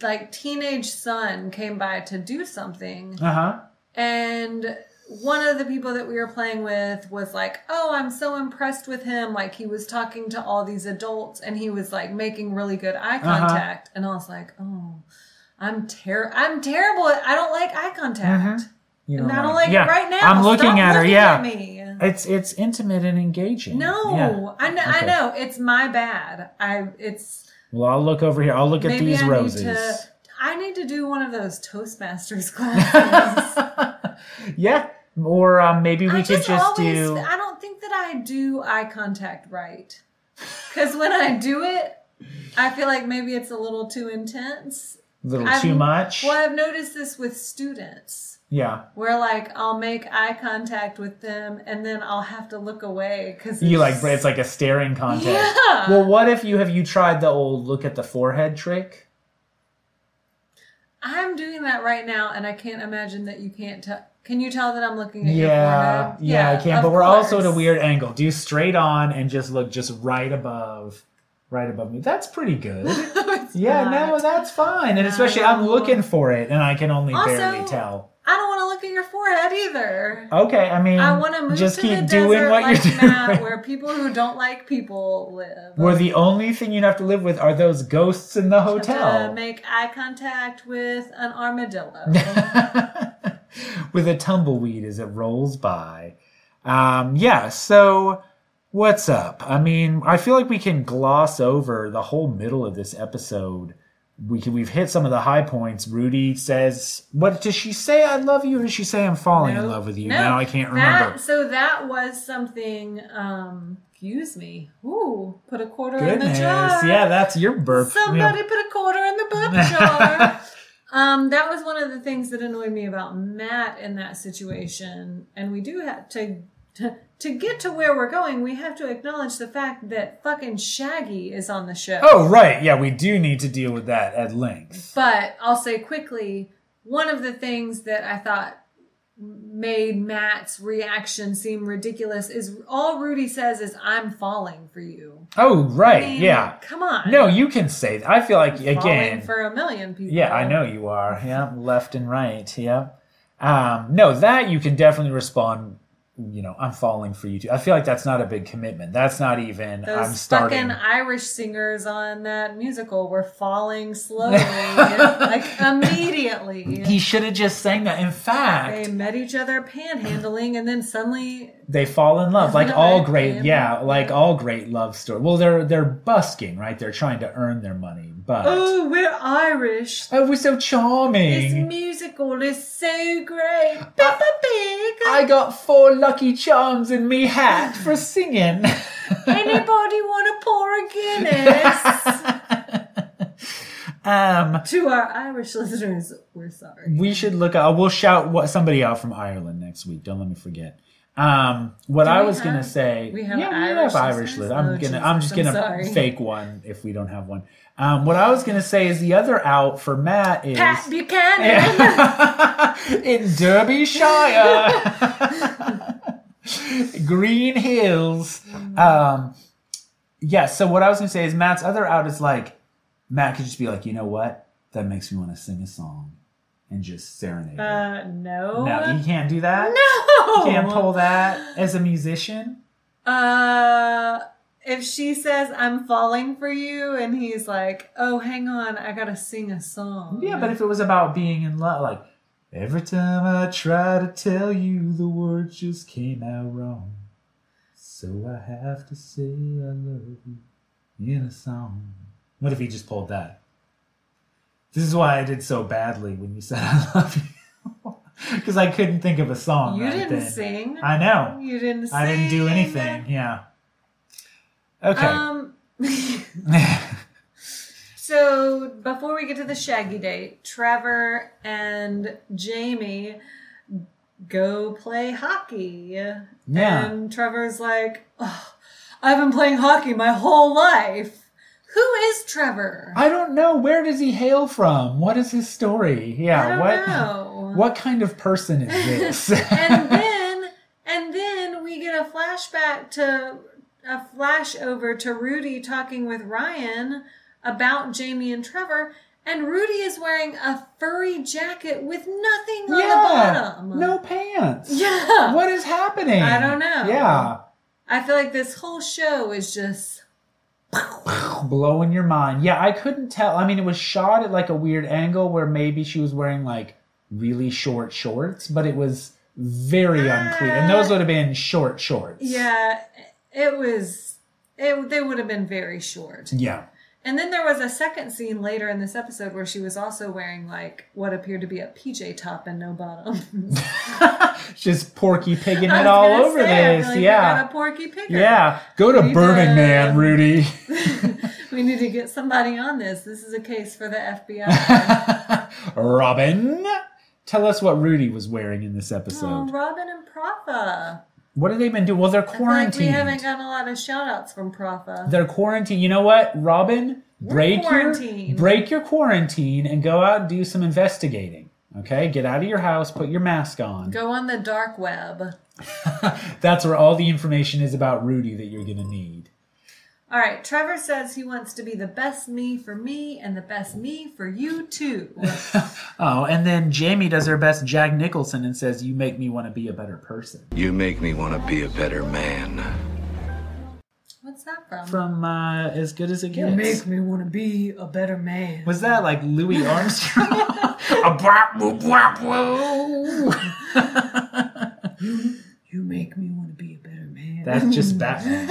like teenage son came by to do something, uh huh. and one of the people that we were playing with was like, "Oh, I'm so impressed with him. Like he was talking to all these adults and he was like making really good eye Uh-huh. contact." And I was like, "Oh, I'm ter I'm terrible. at- I don't like eye contact. Mhm. You And I don't like yeah. it right now. I'm looking Stop at her. looking Yeah. at me. It's it's intimate and engaging. No, Yeah. I know. Okay. I know. It's my bad. I it's Well, I'll look over here. I'll look at maybe these I roses. need to. I need to do one of those Toastmasters classes. yeah. Or um, maybe we I could just, always, do. I don't think that I do eye contact right. Because when I do it, I feel like maybe it's a little too intense. little I've- too much. Well, I've noticed this with students Yeah. where like I'll make eye contact with them and then I'll have to look away because You like it's like a staring contest. Yeah. Well, what if you have you tried the old look at the forehead trick? I'm doing that right now and I can't imagine that you can't tell. Can you tell that I'm looking at your Yeah, forehead? yeah, I can. of But we're also at a course. weird angle. Do straight on and just look just right above, right above me. That's pretty good. It's yeah, not. no, that's fine. And especially I'm No. looking for it, and I can only Also- barely tell. I don't want to look at your forehead either. Okay, I mean, I want to move Um, just to keep the doing desert what like you're doing. Matt, where people who don't like people live. Where the only thing you'd have to live with are those ghosts in the Have to hotel. make eye contact with an armadillo. with a tumbleweed as it rolls by. Um, yeah, so what's up? I mean, I feel like we can gloss over the whole middle of this episode we can, we've hit some of the high points. Rudy says, "What does she say? I love you." Or does she say, "I'm falling in No. love with you"? No. Now I can't remember. That, so that was something. Um, excuse me. Ooh, put a quarter in Goodness, the jar. yeah, that's your burp. Somebody Yeah. put a quarter in the boob jar. Um, that was one of the things that annoyed me about Matt in that situation. And we do have to, to to get to where we're going. We have to acknowledge the fact that fucking Shaggy is on the show. Oh right, yeah, we do need to deal with that at length. But I'll say quickly, one of the things that I thought made Matt's reaction seem ridiculous is all Rudy says is "I'm falling for you." Oh I right, mean, yeah. Come on. No, you can say. That. I feel like falling again, for a million people. Yeah, I know you are. Yeah, left and right. Yeah. Um, no, that you can definitely respond. You know, I'm falling for you too. I feel like that's not a big commitment. That's not even. Those I'm starting. fucking Irish singers on that musical were falling slowly, like immediately. He should have just sang that. In They fact, met each other panhandling, and then suddenly they fall in love, like Isn't that all right, great. Liam? Yeah, like all great love story. Well, they're they're busking, right? They're trying to earn their money, but oh, Oh, we're Irish. we're so This charming. musical is so great. Peppa Pig. I got four lucky charms in me hat for singing. Anybody want to pour a Guinness? um, to our Irish listeners, we're sorry. We should look out. We'll shout what somebody out from Ireland next week. Don't let me forget. Um, what Do I we was gonna have- say, we have yeah, Irish we have Irish. listeners? Liz. I'm Oh, gonna, I'm Jesus, just gonna I'm sorry. fake one if we don't have one. Um, what I was gonna say is the other out for Matt is Pat Buchanan. in Derbyshire, Green Hills. Um, yeah, so what I was going to say is Matt's other out is like, Matt could just be like, you know what? That makes me want to sing a song and just serenade. her." Uh, no. no, you can't do that. No. You can't pull that as a musician. Uh, if she says, I'm falling for you, and he's like, oh, hang on, I gotta sing a song. Yeah, but if it was about being in love, like, every time I try to tell you, the words just came out wrong. So I have to say I love you in a song. What if he just pulled that? This is why I did so badly when you said I love you. Because I couldn't think of a song. you right didn't then. sing. I know. you didn't sing. I didn't do anything. Yeah. Okay. Um, so before we get to the Shaggy date, Trevor and Jamie go play hockey. yeah. And Trevor's like, oh, I've been playing hockey my whole life. Who is Trevor? I don't know. Where does he hail from? What is his story? Yeah. I don't what? know. What kind of person is this? and then and then we get a flashback to a flash over to Rudy talking with Ryan about Jamie and Trevor, and Rudy is wearing a furry jacket with nothing on the bottom. no pants. Yeah. What is happening? I don't know. Yeah. I feel like this whole show is just Blowing your mind. Yeah, I couldn't tell. I mean, it was shot at like a weird angle where maybe she was wearing like really short shorts, but it was very unclear. And those would have been short shorts. Ah. yeah, it was it they would have been very short. Yeah. And then there was a second scene later in this episode where she was also wearing like what appeared to be a PJ top and no bottom. Just porky pigging I it was all gonna over say, I this. feel like we yeah. got a porky picker. Yeah. Go to We Burning did. Man, Rudy. We need to get somebody on this. This is a case for the FBI. Robin, tell us what Rudy was wearing in this oh, episode. Robin and Profa. What have they been doing? Well, they're I feel like we quarantined. haven't gotten a lot of shout outs from Profa. they're quarantined. You know what, Robin? Break your quarantined. break your quarantine and go out and do some investigating. Okay, get out of your house, put your mask on. Go on the dark web. That's where all the information is about Rudy that you're gonna need. All right, Trevor says he wants to be the best me for me and the best me for you too. Oh, and then Jamie does her best Jack Nicholson and says, "You make me want to be a better person." You make me want to be a better man. What's that from? From uh, as good as it gets. me want to be a better man. Was that like Louis Armstrong? a bop, boop, bop, woo. You make me want to be a better man. That's just Batman.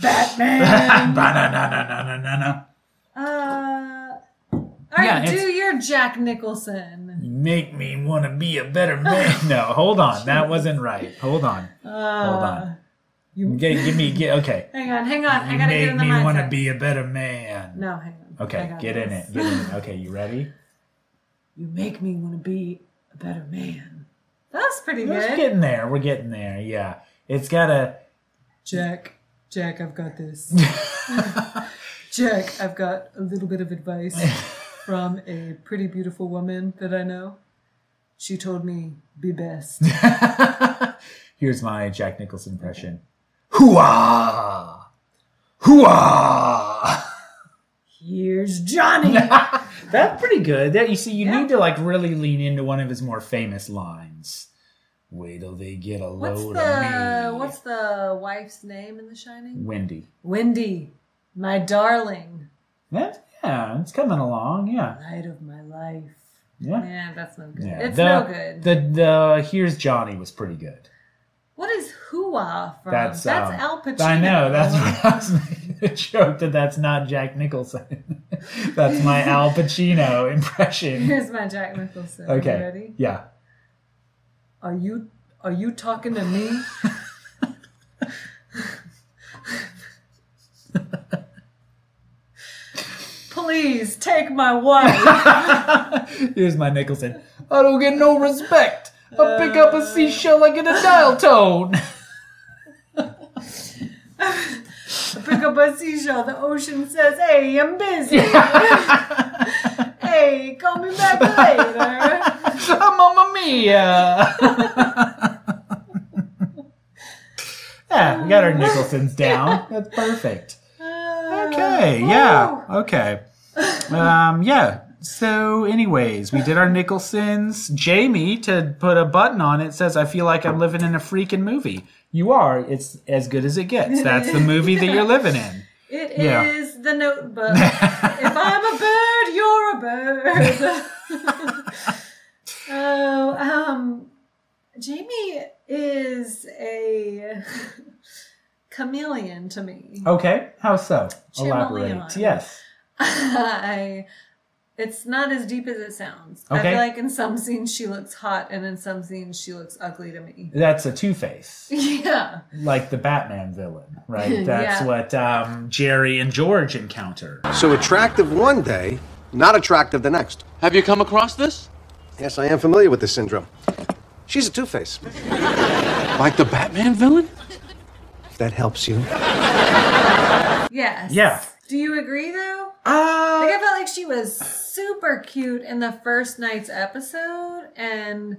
Batman. Ba-na-na-na-na-na-na. uh, yeah, it's- do your Jack Nicholson. Make me want to be a better man. no, hold on. That wasn't right. Hold on. Uh, Hold on. You, Get, give me, get, okay. hang on, hang on. I You gotta get make in the me want to mindset. be a better man. no, hang on. I Okay, got get in this. it. Get in it. Okay, you ready? You make me want to be a better man. That's pretty We're good. getting there. We're getting there. Yeah. It's got a. Jack, Jack, I've got this. Jack, I've got a little bit of advice from a pretty beautiful woman that I know. She told me, be best. Here's my Jack Nicholson impression. Hooah! Hooah! Here's Johnny. That's pretty good. That you see, you Yeah. need to like really lean into one of his more famous lines. Wait till they get a What's load the of me. what's the wife's name in The Shining? Wendy? Wendy, my darling, That, yeah, it's coming along. Yeah, light of my life. yeah. Yeah, that's no good. yeah. It's the, no good. The the here's Johnny was pretty good. what is Hua from? That's, That's, um, Al Pacino. I know that's what I was making a joke that that's not Jack Nicholson. that's my Al Pacino impression. Here's my Jack Nicholson. Okay. You ready? Yeah. Are you are you talking to me? Please take my wife. Here's my Nicholson. I don't get no respect. I pick up a seashell, I get a dial tone. Pick up a seashell. The ocean says, "Hey, I'm busy. "Ah, hey, call me back later." Mamma mia! yeah, we got our Nicholsons down. That's perfect. Uh, Okay, yeah, okay. Um, yeah. So, anyways, we did our Nicholsons. Jamie, to put a button on it, says, I feel like I'm living in a freaking movie. You are. It's as good as it gets. That's the movie that you're living in. It is Yeah. the Notebook. if I'm a bird, you're a bird. oh, um, Jamie is a chameleon to me. Okay, how so? Jim Leon. Elaborate. Yes. I, it's not as deep as it sounds. I Okay. feel like in some scenes she looks hot, and in some scenes she looks ugly to me. That's a Two Face, Yeah. like the Batman villain, right? That's Yeah. what um, Jerry and George encounter. So attractive one day, not attractive the next. Have you come across this? Yes, I am familiar with this syndrome. She's a two face. Like the Batman villain? That helps you. Yes. Yeah. Do you agree though? Uh, Like I felt like she was super cute in the first night's episode, and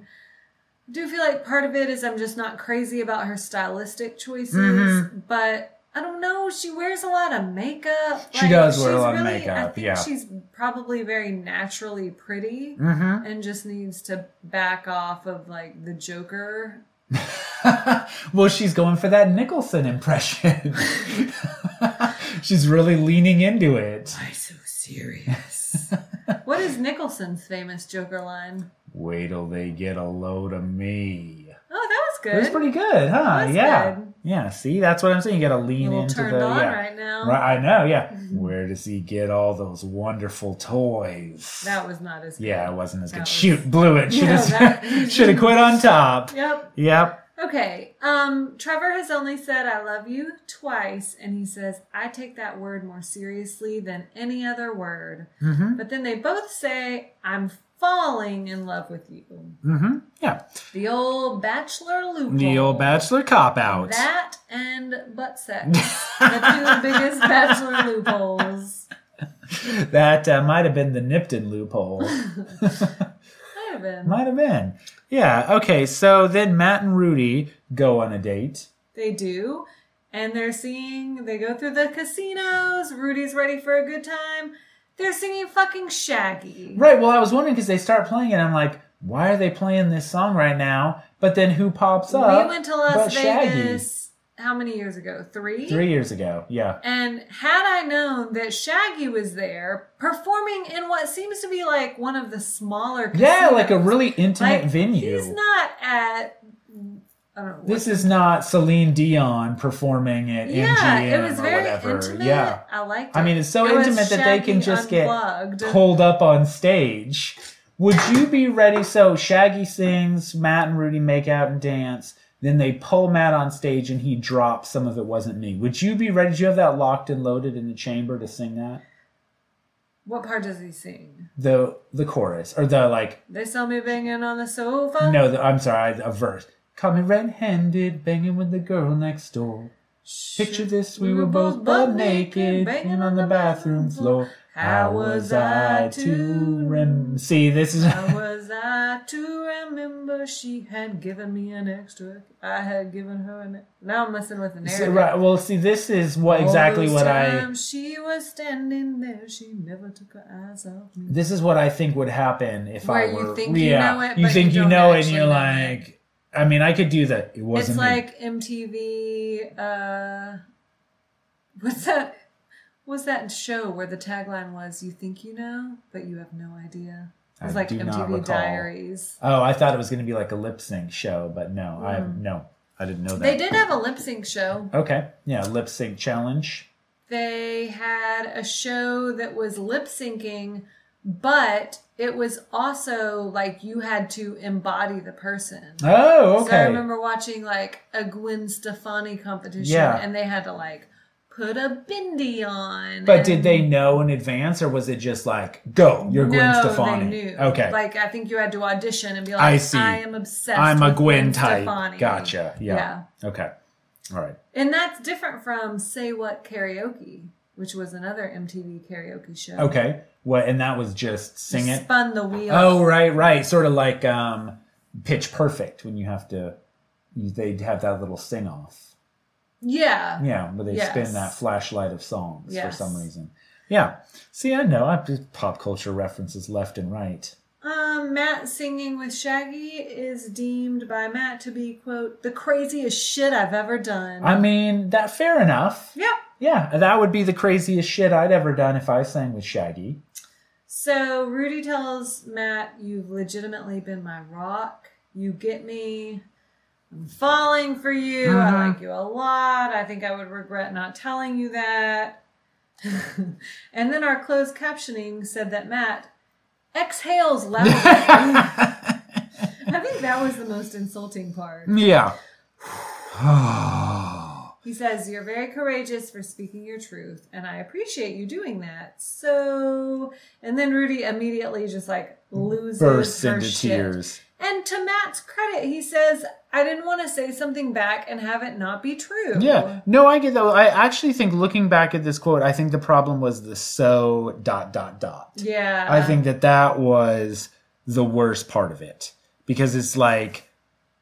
I do feel like part of it is I'm just not crazy about her stylistic choices, Mm-hmm. but I don't know. She wears a lot of makeup. She does wear a she's lot of really- I makeup, think yeah. she's probably very naturally pretty, Mm-hmm. and just needs to back off of like the Joker. well, she's going for that Nicholson impression. she's really leaning into it. I'm so serious. what is Nicholson's famous Joker line? Wait till they get a load of me. Oh, that was good. It was pretty good, huh? That's yeah. good. Yeah, see, that's what I'm saying. You gotta lean a little into turned the. on yeah. right now. Mm-hmm. Right, I know, yeah. Where does he get all those wonderful toys? That was not as good. Yeah, it wasn't as good. That was- Shoot, blew it. Should have that- should have quit on top. Yep. Yep. Okay. Um, Trevor has only said I love you twice, and he says, I take that word more seriously than any other word. Mm-hmm. But then they both say, I'm falling in love with you. Yeah. The old bachelor loophole. The old bachelor cop out. That and butt sex. the two biggest bachelor loopholes. That uh, might have been the Nipton loophole. Might have been. might have been. Yeah. Okay. So then Matt and Rudy go on a date. They do. And they're seeing, they go through the casinos. Rudy's ready for a good time. They're singing fucking Shaggy. Right. Well, I was wondering because they start playing it. I'm like, why are they playing this song right now? But then who pops up? we went to but Las Shaggy? Vegas how many years ago? Three? three years ago. Yeah. And had I known that Shaggy was there performing in what seems to be like one of the smaller casinos. Yeah, like a really intimate Like, venue. He's not at I don't know. what- This is not Celine Dion performing at yeah, MGM it was or very whatever. intimate. Yeah. I liked it. I mean, it's so It was intimate that they can Shaggy just unplugged. get pulled up on stage. Would you be ready? So Shaggy sings, Matt and Rudy make out and dance. Then they pull Matt on stage and he drops some of it wasn't me. Would you be ready? Do you have that locked and loaded in the chamber to sing that? What part does he sing? The the chorus or the like? They saw me banging on the sofa. No, the, I'm sorry, a verse. Caught me red-handed banging with the girl next door. Picture this, we were both butt naked, banging on the bathroom floor. How was I to rem? See, this is How was I to remember she had given me an extra? I had given her an. e-, Now I'm messing with the so, narrative. right. Well, see, this is what exactly All what those I. times She was standing there. She never took her eyes off me. This is what I think would happen if Where I you were. think you know it, you but think you you don't know it, and actually you're know it. like, I mean, I could do that. It It's wasn't me. like MTV. Uh, what's that? What's that show where the tagline was "You think you know, but you have no idea"? It was I like do not MTV recall. Diaries. Oh, I thought it was going to be like a lip sync show, but no, I no, I didn't know that. Mm. They did have a lip sync show. Okay, yeah, lip sync challenge. They had a show that was lip syncing, but it was also like you had to embody the person. Oh, okay. So I remember watching like a Gwen Stefani competition, Yeah. and they had to like put a bindi on. But and- did they know in advance, or was it just like, go, you're Gwen no, Stefani? They knew. Okay. Like I think you had to audition and be like, I I see. am obsessed. I'm a with Gwen type. Stefani. Gotcha. Yeah. Okay. All right. and that's different from Say What Karaoke, which was another MTV karaoke show. Okay. What? And that was just sing it. Spun the wheel. Oh, right, right. Sort of like um, Pitch Perfect when you have to, you, they'd have that little sing off. yeah. Yeah, where they spin Yes. that flashlight of songs for Yes. some reason. Yeah. See, I know. I have pop culture references left and right. Um, Matt singing with Shaggy is deemed by Matt to be quote the craziest shit I've ever done. I mean, that fair enough. yep. Yeah, that would be the craziest shit I'd ever done if I sang with Shaggy. So Rudy tells Matt, You've legitimately been my rock. You get me. I'm falling for you. I like you a lot. I think I would regret not telling you that. and then our closed captioning said that Matt exhales loudly. I think that was the most insulting part. Yeah. He says, You're very courageous for speaking your truth, and I appreciate you doing that. So, and then Rudy immediately just like loses Bursts her into shit. tears. And to Matt's credit, he says, I didn't want to say something back and have it not be true. Yeah. No, I get that. I actually think looking back at this quote, I think the problem was the so dot dot dot. Yeah. I think that that was the worst part of it because it's like,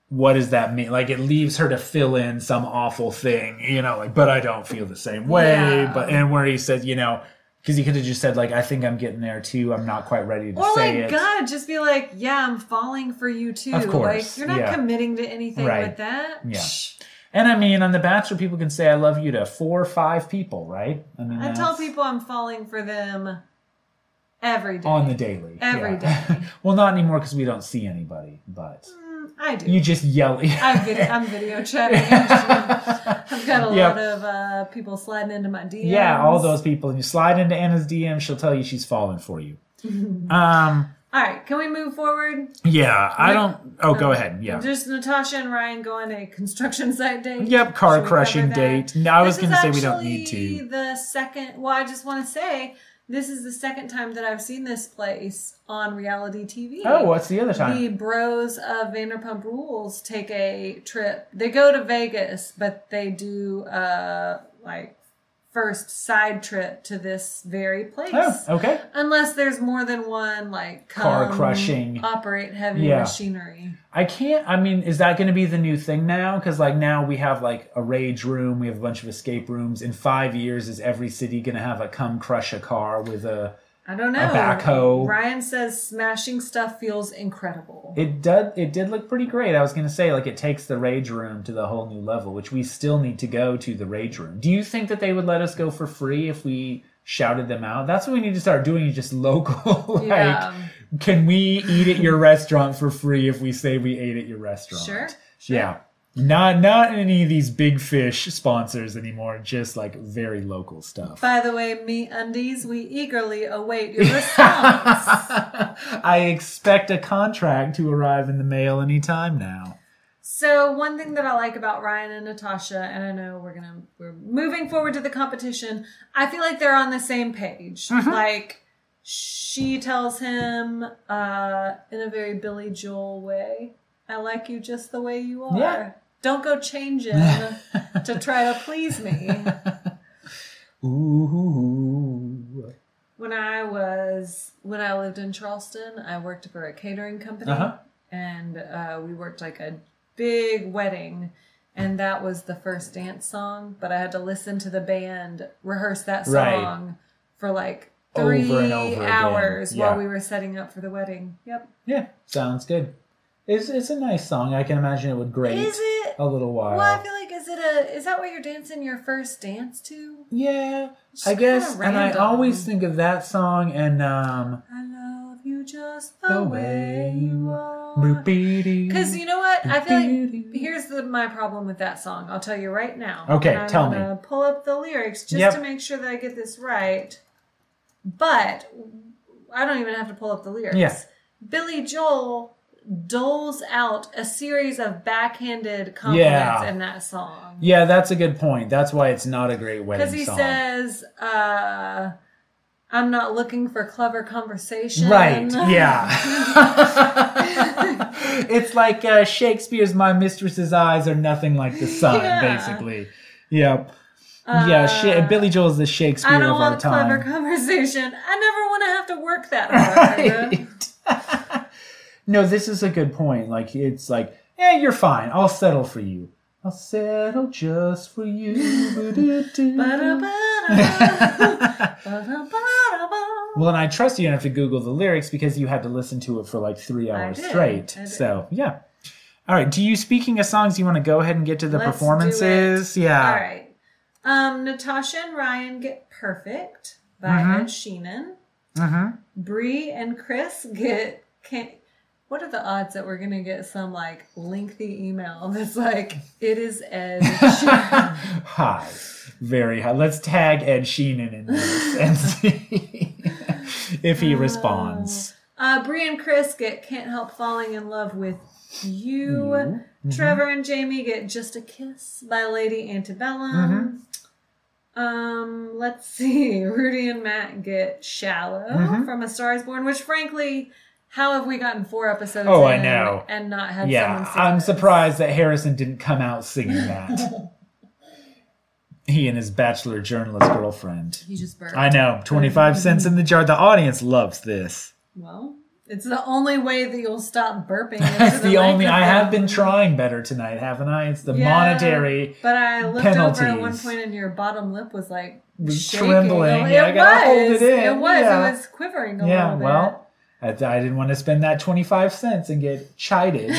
what does that mean? Like it leaves her to fill in some awful thing, you know, like, but I don't feel the same way. Yeah. But, and where he said, you know, because he could have just said, like, I think I'm getting there too. I'm not quite ready to Or say like it. God, just be like, yeah, I'm falling for you too. Of course, like you're not yeah. committing to anything Right. with that. Yeah. And I mean, on The Bachelor, people can say "I love you" to four or five people, right? I mean, I tell that's people I'm falling for them every day. on the daily, Every day. Mm. well, not anymore because we don't see anybody, but I do. you just yell. I'm, vid- I'm video chatting. I've got a Yeah. lot of uh, people sliding into my DMs. yeah, all those people, and you slide into Anna's DM, she'll tell you she's falling for you. um, All right, can we move forward? yeah, I don't. Oh, go ahead. Yeah. Just Natasha and Ryan go on a construction site date. Yep, car Should we crushing cover that? date. No, I was This is gonna say we don't need actually to. The second. Well, I just want to say this is the second time that I've seen this place on reality TV. Oh, what's the other The time? bros of Vanderpump Rules take a trip. They go to Vegas, but they do uh like first side trip to this very place. Oh, okay. Unless there's more than one like Car come crushing. operate heavy Yeah. machinery. I can't. I mean, is that going to be the new thing now? Because like now we have like a rage room, we have a bunch of escape rooms. In five years, is every city going to have a come crush a car with a? I don't know. backhoe. Ryan says smashing stuff feels incredible. It did. It did look pretty great. I was going to say like it takes the rage room to the whole new level, which we still need to go to the rage room. Do you think that they would let us go for free if we? Shouted them out. That's what we need to start doing. Just local. like, Yeah. can we eat at your restaurant for free if we say we ate at your restaurant? Sure, Yeah. Not not any of these big fish sponsors anymore. Just like very local stuff. By the way, me undies, we eagerly await your response. I expect a contract to arrive in the mail anytime now. so one thing that I like about Ryan and Natasha, and I know we're gonna we're moving forward to the competition. I feel like they're on the same page. Mm-hmm. Like she tells him uh, in a very Billy Joel way, "I like you just the way you are. Yeah. Don't go changing to try to please me." Ooh. When I was when I lived in Charleston, I worked for a catering company, Uh-huh. and uh, we worked like a big wedding, and that was the first dance song. But I had to listen to the band rehearse that song Right. for like Over three and over again. hours Yeah. while we were setting up for the wedding. Yep. Yeah, sounds good. It's it's a nice song. I can imagine it would grate Is it? a little while. Well, I feel like is it a is that what you're dancing your first dance to? yeah, It's I guess. kinda And I random. always think of that song and um. I love you just the, way you are. Because Because you know what? I feel like here's the, my problem with that song. I'll tell you right now. Okay, And I'm tell me. gonna Pull up the lyrics just Yep. to make sure that I get this right. But I don't even have to pull up the lyrics. Yeah. Billy Joel doles out a series of backhanded compliments Yeah. in that song. yeah, that's a good point. That's why it's not a great wedding Because he song. says, uh, I'm not looking for clever conversation. Right. um, Yeah. it's like uh, Shakespeare's "My Mistress's Eyes Are Nothing Like the Sun," Yeah. Uh, basically. Yep. yeah. Sha- Billy Joel is the Shakespeare I don't of our want clever time. conversation. I never want to have to work that hard. Right. no, this is a good point. Like it's like, yeah, you're fine. I'll settle for you. I'll settle just for you. Ba-da-da. Ba-da-ba-da, ba-da-ba-da-ba. well, and I trust you don't have to Google the lyrics because you had to listen to it for like three hours did. straight. I did. So yeah. All right. Do you speaking of songs? You want to go ahead and get to the Let's do performances? Yeah. All right. Um, Natasha and Ryan get perfect by Mm-hmm. Ed Sheenan. Mhm. Bree and Chris get can what are the odds that we're gonna get some like lengthy email that's like it is Ed Sheeran. High, very high. Let's tag Ed Sheenan in this and see if he responds. Uh, Brie and Chris get Can't Help Falling in Love with You. Mm-hmm. Trevor and Jamie get Just a Kiss by Lady Antebellum. Mm-hmm. Um, let's see. Rudy and Matt get Shallow Mm-hmm. from A Star is Born, which frankly, how have we gotten four episodes Oh, I in know. and not had Yeah, someone sing I'm this? surprised that Harrison didn't come out singing that. he and his bachelor journalist girlfriend. He just burped. I know, 25 cents in the jar. The audience loves this. Well, it's the only way that you'll stop burping. That's into the only. I have microphone. been trying better tonight, haven't I? It's the Yeah, monetary. But I looked over at one penalties. point, and your bottom lip was like Was shaking. trembling. It, Yeah, I gotta hold was. it in. was. Yeah. It was quivering a Yeah, little bit. well, I, I didn't want to spend that 25 cents and get chided.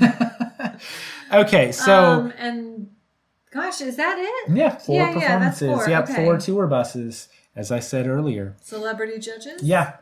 okay, so um, and gosh, is that it? yeah, four yeah, yeah, that's performances. four, Yep, okay. four tour buses, as I said earlier. Celebrity judges. Yeah,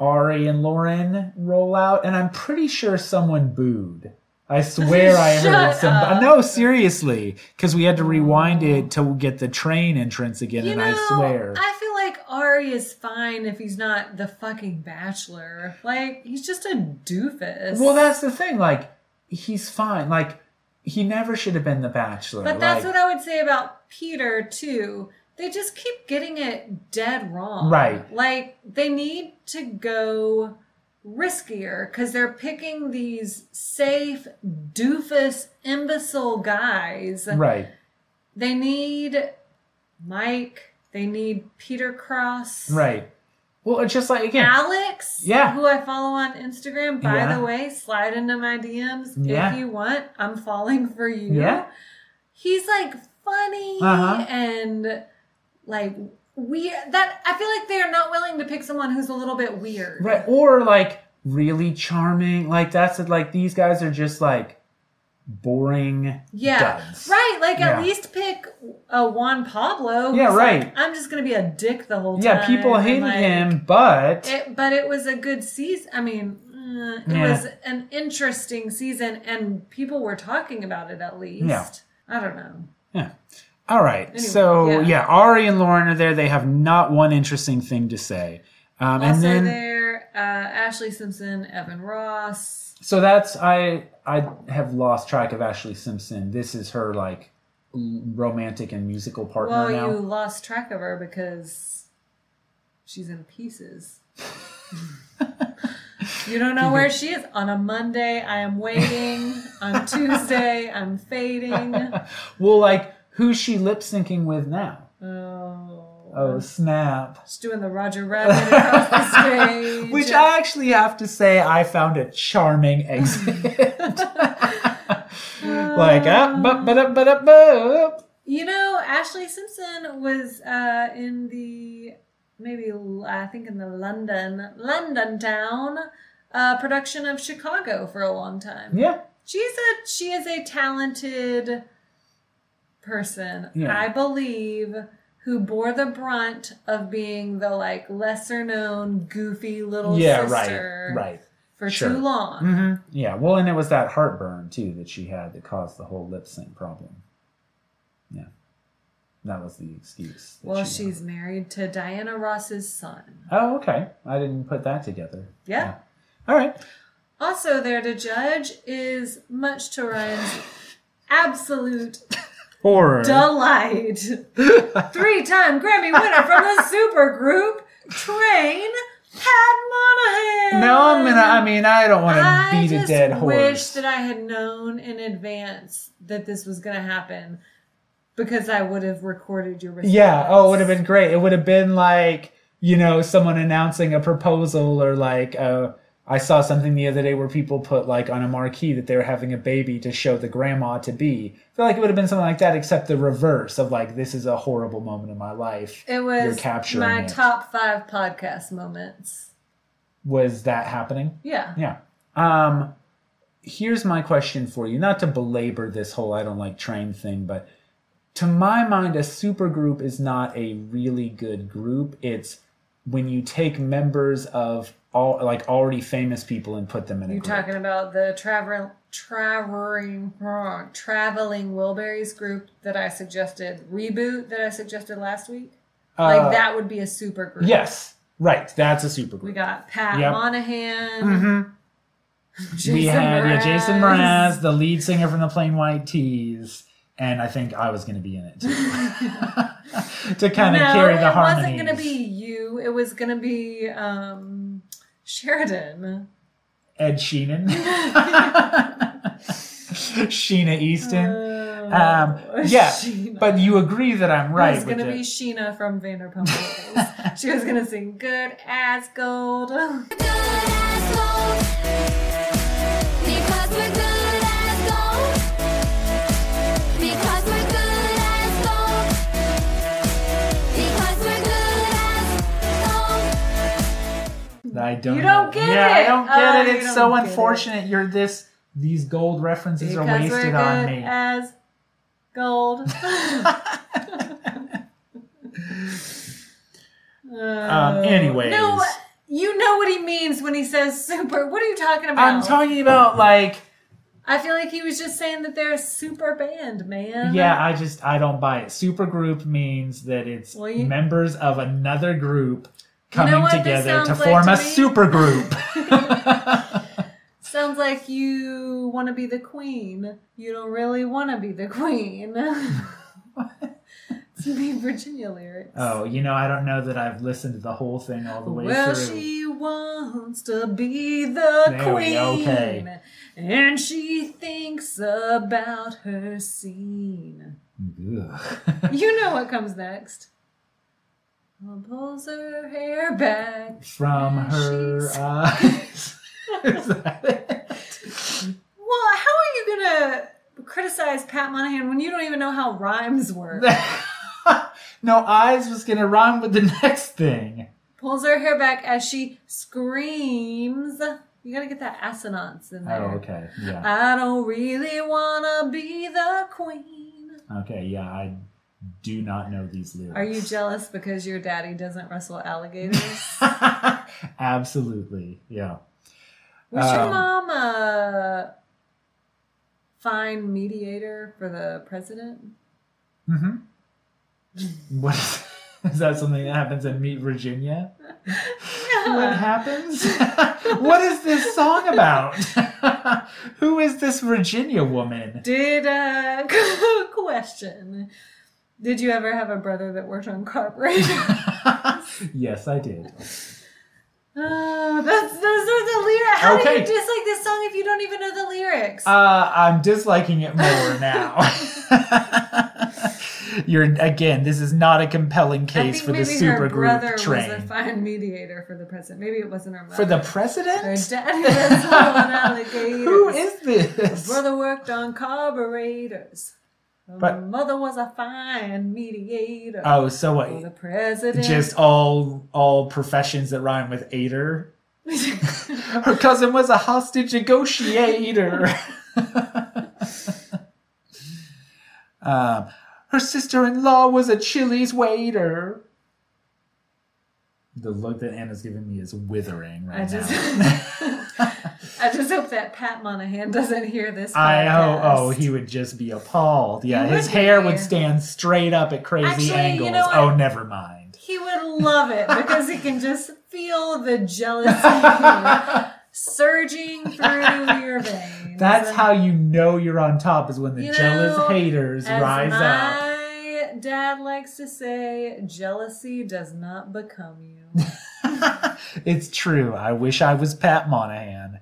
Ari and Lauren roll out, and I'm pretty sure someone booed. I swear I heard Shut some. up. No, seriously, because we had to rewind it to get the train entrance again, You and know, I swear. I feel like Ari is fine if he's not the fucking bachelor. Like he's just a doofus. Well, that's the thing. Like, he's fine. Like, he never should have been the bachelor. But that's like- what I would say about Peter too. They just keep getting it dead wrong. Right. Like they need to go riskier because they're picking these safe, doofus, imbecile guys. Right. They need Mike. They need Peter Cross. Right. Well, it's just like again. Alex, Yeah. who I follow on Instagram, by Yeah. the way, slide into my DMs Yeah. if you want. I'm falling for you. Yeah. He's like funny Uh-huh. and like we that I feel like they are not willing to pick someone who's a little bit weird. Right. Or like really charming. Like that's it. Like these guys are just like boring. Yeah. Duds. Right. Like Yeah. at least pick a Juan Pablo. Yeah, who's like, right. I'm just gonna be a dick the whole time. Yeah. People and, hate like, Eh, him, but It, but it was a good season. I mean, mm, Mm, it Yeah. was an interesting season, and people were talking about it at least. Yeah. I don't know. All right. so yeah. yeah. Ari and Lauren are there. They have not one interesting thing to say. Um, Also and then there, uh, Ashley Simpson, Evan Ross. so that's I I have lost track of Ashley Simpson. This is her like l- romantic and musical partner Well, now. you lost track of her because she's in pieces. you don't know where she is. On a Monday, I am waiting. On Tuesday, I'm fading. Well, like who's she lip syncing with now? Oh, Oh snap! she's doing the Roger Rabbit across the stage. Which I actually have to say, I found a charming exit. like up, but but up, but up, up. You know, Ashley Simpson was uh, in the maybe l- I think in the London London town uh, production of Chicago for a long time. Yeah. She's a she is a talented person, Yeah. I believe, who bore the brunt of being the like lesser known goofy little Yeah. sister Right. Right. for Sure. too long. hmm Yeah, well, and it was that heartburn too that she had that caused the whole lip sync problem. Yeah, that was the excuse. that Well, she she's married to Diana Ross's son. had. Oh, okay. I didn't put that together. Yeah. All right. Also there to judge is much to Ryan's absolute Horror. delight. Three-time Grammy winner from the supergroup Train Pat Monahan. No, I'm gonna. I mean, I don't want to I beat a just dead wish horse. that I had known in advance that this was going to happen because I would have recorded your response. yeah. Oh, it would have been great. It would have been like you know someone announcing a proposal or like uh, I saw something the other day where people put like on a marquee that they were having a baby to show the grandma to be. I feel like it would have been something like that, except the reverse of like this is a horrible moment in my life. It You're was capturing my it. top five podcast moments. Was that happening? Yeah. Yeah. Um, here's my question for you. Not to belabor this whole I don't like train thing, but to my mind, a supergroup is not a really good group. It's when you take members of all like already famous people and put them in a You're group. talking about the travel, traveling, traveling Wilburys group that I suggested, reboot that I suggested last week. Uh, like that would be a super group. Yes. Right. That's a supergroup. We got Pat Yep. Mm-hmm. Monahan. Jason we had yeah, Mraz. Jason Mraz, the lead singer from the Plain White Tees, and I think I was going to be in it too. to kind of carry the it harmony. wasn't going to be you. It was going to be um, Sheridan. Ed Sheenan, Sheena Easton. um, yeah, Oh, Sheena. but you agree that I'm right. it was with going to it. be Sheena from Vanderpump Rules. she was going to sing "Good as Gold." Good as gold, because we're good as gold. Because we're good as gold. Because we're good as gold. I don't. You don't know. get yeah, I it. don't get Oh, it. you It's don't so get it. unfortunate. You're this. These gold references are because we're wasted good on me. as gold. Uh, um. Anyways, No, you know what he means when he says super. What are you talking about? I'm talking about like. I feel like he was just saying that they're a super band, man. Yeah, I just I don't buy it. Supergroup means that it's Well, you- members of another group You know coming what this together to sounds like form to a me? supergroup. Sounds like you want to be the queen. You don't really want to be the queen. it's me, Virginia lyrics. Oh, you know, I don't know that I've listened to the whole thing all the way Well, through. she wants to be the There we- queen. okay. And she thinks about her scene. Ugh. You know what comes next. Well, Pulls her hair back. From and her she's- eyes. Is that it? Well, how are you going to criticize Pat Monahan when you don't even know how rhymes work? no, eyes was gonna rhyme with the next thing. Pulls her hair back as she screams. You got to get that assonance in there. Oh, okay. Yeah. I don't really want to be the queen. Okay, yeah, I do not know these lyrics. Are you jealous because your daddy doesn't wrestle alligators? Absolutely. Yeah. We should Um, mom a fine mediator for the president? Mm-hmm. What is, is that something that happens in Meet Virginia? What happens? what is this song about? Who is this Virginia woman? Did uh question. Did you ever have a brother that worked on corporate? yes, I did. Oh, that's those are the lyrics. How do Okay. you dislike this song if you don't even know the lyrics? Uh, I'm disliking it more now. You're again. This is not a compelling I case think for the maybe her brother supergroup was a train. fine mediator for the president. Maybe it wasn't her mother. For the her president? daddy was on alligators. Who is this? Brother worked on carburetors. Her But- mother was a fine mediator. Oh, so for what? the president. just all all professions that rhyme with aider. Her cousin was a hostage negotiator. um, her sister-in-law was a Chili's waiter. The look that Anna's giving me is withering right I just, now. I just hope that Pat Monahan doesn't hear this. I hope. podcast. Oh, he would just be appalled. Yeah, He his would hair be. would stand straight up at crazy Actually, you angles. know what? oh, never mind. He would love it because he can just feel the jealousy surging through your veins. That's how you know you're on top is when the You jealous know, haters As rise up. my dad likes to say, jealousy does not become you. It's true. I wish I was Pat Monahan,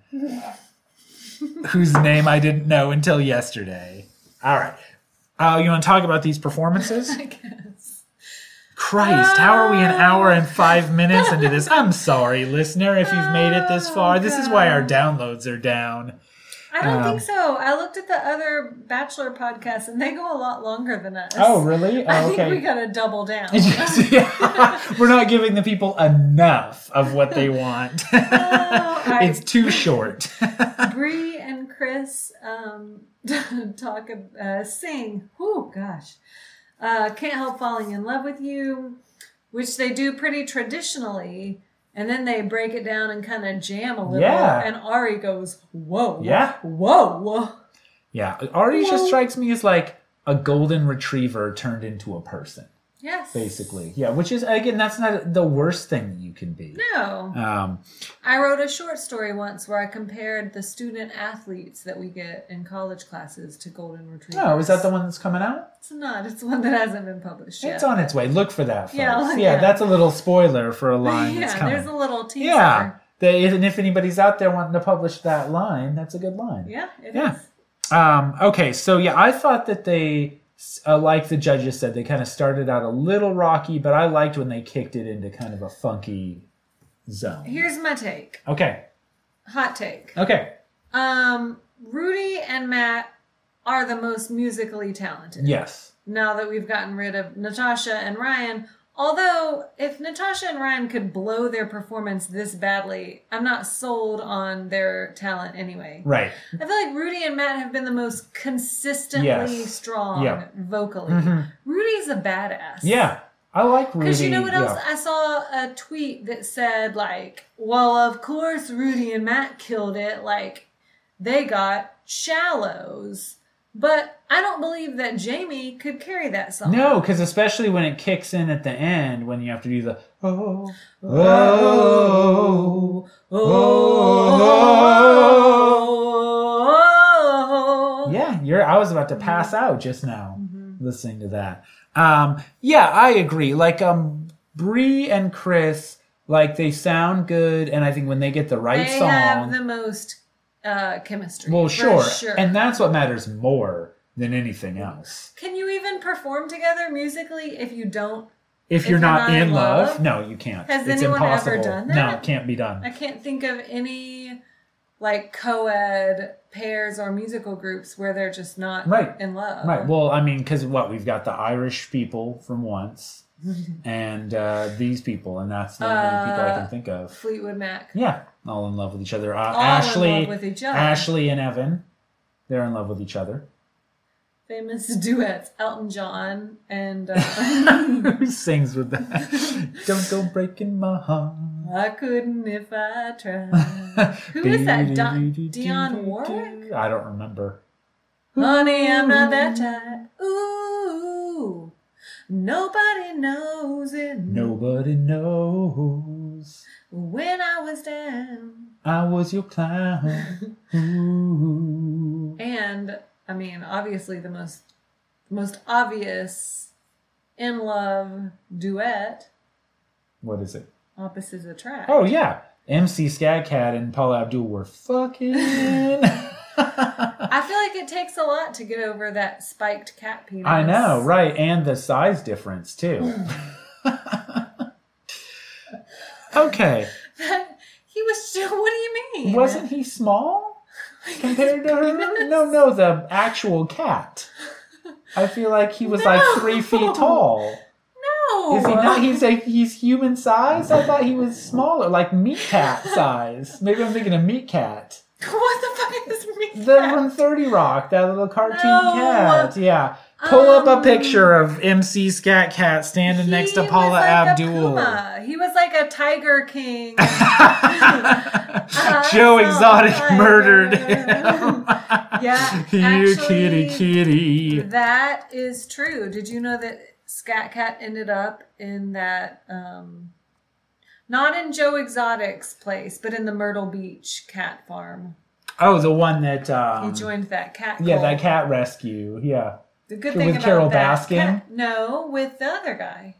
whose name I didn't know until yesterday. All right. Uh, you want to talk about these performances? I guess. Christ, how are we an hour and five minutes into this? I'm sorry, listener, if you've made it this far. This is why our Oh, downloads are down. I don't Um, think so. I looked at the other Bachelor podcasts and they go a lot longer than us. Oh, really? I Oh, think we okay. gotta double down. Yeah. We're not giving the people enough of what they want. Oh, all right. it's too short. Bree and Chris um, talk, ab- uh, sing. Oh gosh, uh, can't help falling in love with you, which they do pretty traditionally, and then they break it down and kind of jam a little. Yeah. And Ari goes, "Whoa, Yeah. whoa." Yeah, Ari just Well- strikes me as like a golden retriever turned into a person, Yes, basically. Yeah, which is again, that's not the worst thing that you can be. No, Um, I wrote a short story once where I compared the student athletes that we get in college classes to golden retrievers. oh, is that the one that's coming out? It's not. It's one that hasn't been published yet. It's on its way. Look for that. Folks. Yeah, Yeah, look yeah, out. that's a little spoiler for a line that's yeah, coming. there's a little teaser. yeah, They- and if anybody's out there wanting to publish that line, that's a good line. Yeah, it is. Yeah. Um, okay, so yeah, I thought that they, uh, like the judges said, they kind of started out a little rocky, but I liked when they kicked it into kind of a funky zone. Here's my take. okay, Hot take. okay, Um, Rudy and Matt are the most musically talented. yes, Now that we've gotten rid of Natasha and Ryan, although if Natasha and Ryan could blow their performance this badly, I'm not sold on their talent anyway. right, I feel like Rudy and Matt have been the most consistently Yes. strong Yeah. Mm-hmm. vocally. Rudy's a badass. yeah, I like Rudy. Because you know what else? yeah. I saw a tweet that said, like, well, of course Rudy and Matt killed it. Like, they got shallows. But I don't believe that Jamie could carry that song. No, because especially when it kicks in at the end, when you have to do the oh oh Oh, oh, oh, oh. Yeah, you're. I was Mm-hmm. about to pass out just now listening to that. Um, yeah, I agree. Like um, Bree and Chris, like they sound good, and I think when they get the right They song, have the most uh, chemistry. well, for sure. sure. and that's what matters more than anything else. Can you even perform together musically if you don't? If, you're, not, in love, no, you can't. Has it's anyone ever impossible. done No, that? it can't be done. I can't think of any like co-ed pairs or musical groups where they're just not Right. in love. Right. Well, I mean, because what we've got the Irish people from once, and uh, these people, and that's the only people I can Uh, think of. Fleetwood Mac. Yeah, all in love with each other. Uh, in Ashley, love with each other. Ashley and Evan, they're in love with each other. famous duets, Elton John and uh, Who sings with that? Don't go breaking my heart. I couldn't if I tried. Who is that? Don, Dionne Warwick? I don't remember. Honey, I'm not that type. Ooh, nobody knows it. Nobody knows. When I was down. I was your clown. Ooh. And I mean, obviously the most the most obvious in love duet, What is it? opposites attract. Oh yeah, MC Skycat and Paula Abdul were fucking. I feel like it takes a lot to get over that spiked cat penis. I know, right? And the size difference too. okay, he was still what do you mean? wasn't he small compared to her? No, no, the actual cat. I feel like he was like three feet tall. No. Is he not? He's a he's human size. I thought he was smaller, like meat cat size. Maybe I'm thinking of meat cat. what the fuck is mean? The from Thirty Rock, that little cartoon No. cat. Yeah. Pull up Um, a picture of MC Scat Cat standing next to He Paula was like a Abdul. puma. Uh-huh, He was like a tiger king. Joe saw Exotic a tiger. murdered him. yeah. you actually, kitty kitty. That is true. Did you know that Scat Cat ended up in that um not in Joe Exotic's place, but in the Myrtle Beach cat farm. Oh, the one that He um, joined that cat. yeah, cult. that cat rescue. Yeah. The good with thing about Carol that Baskin? cat- no, with the other guy.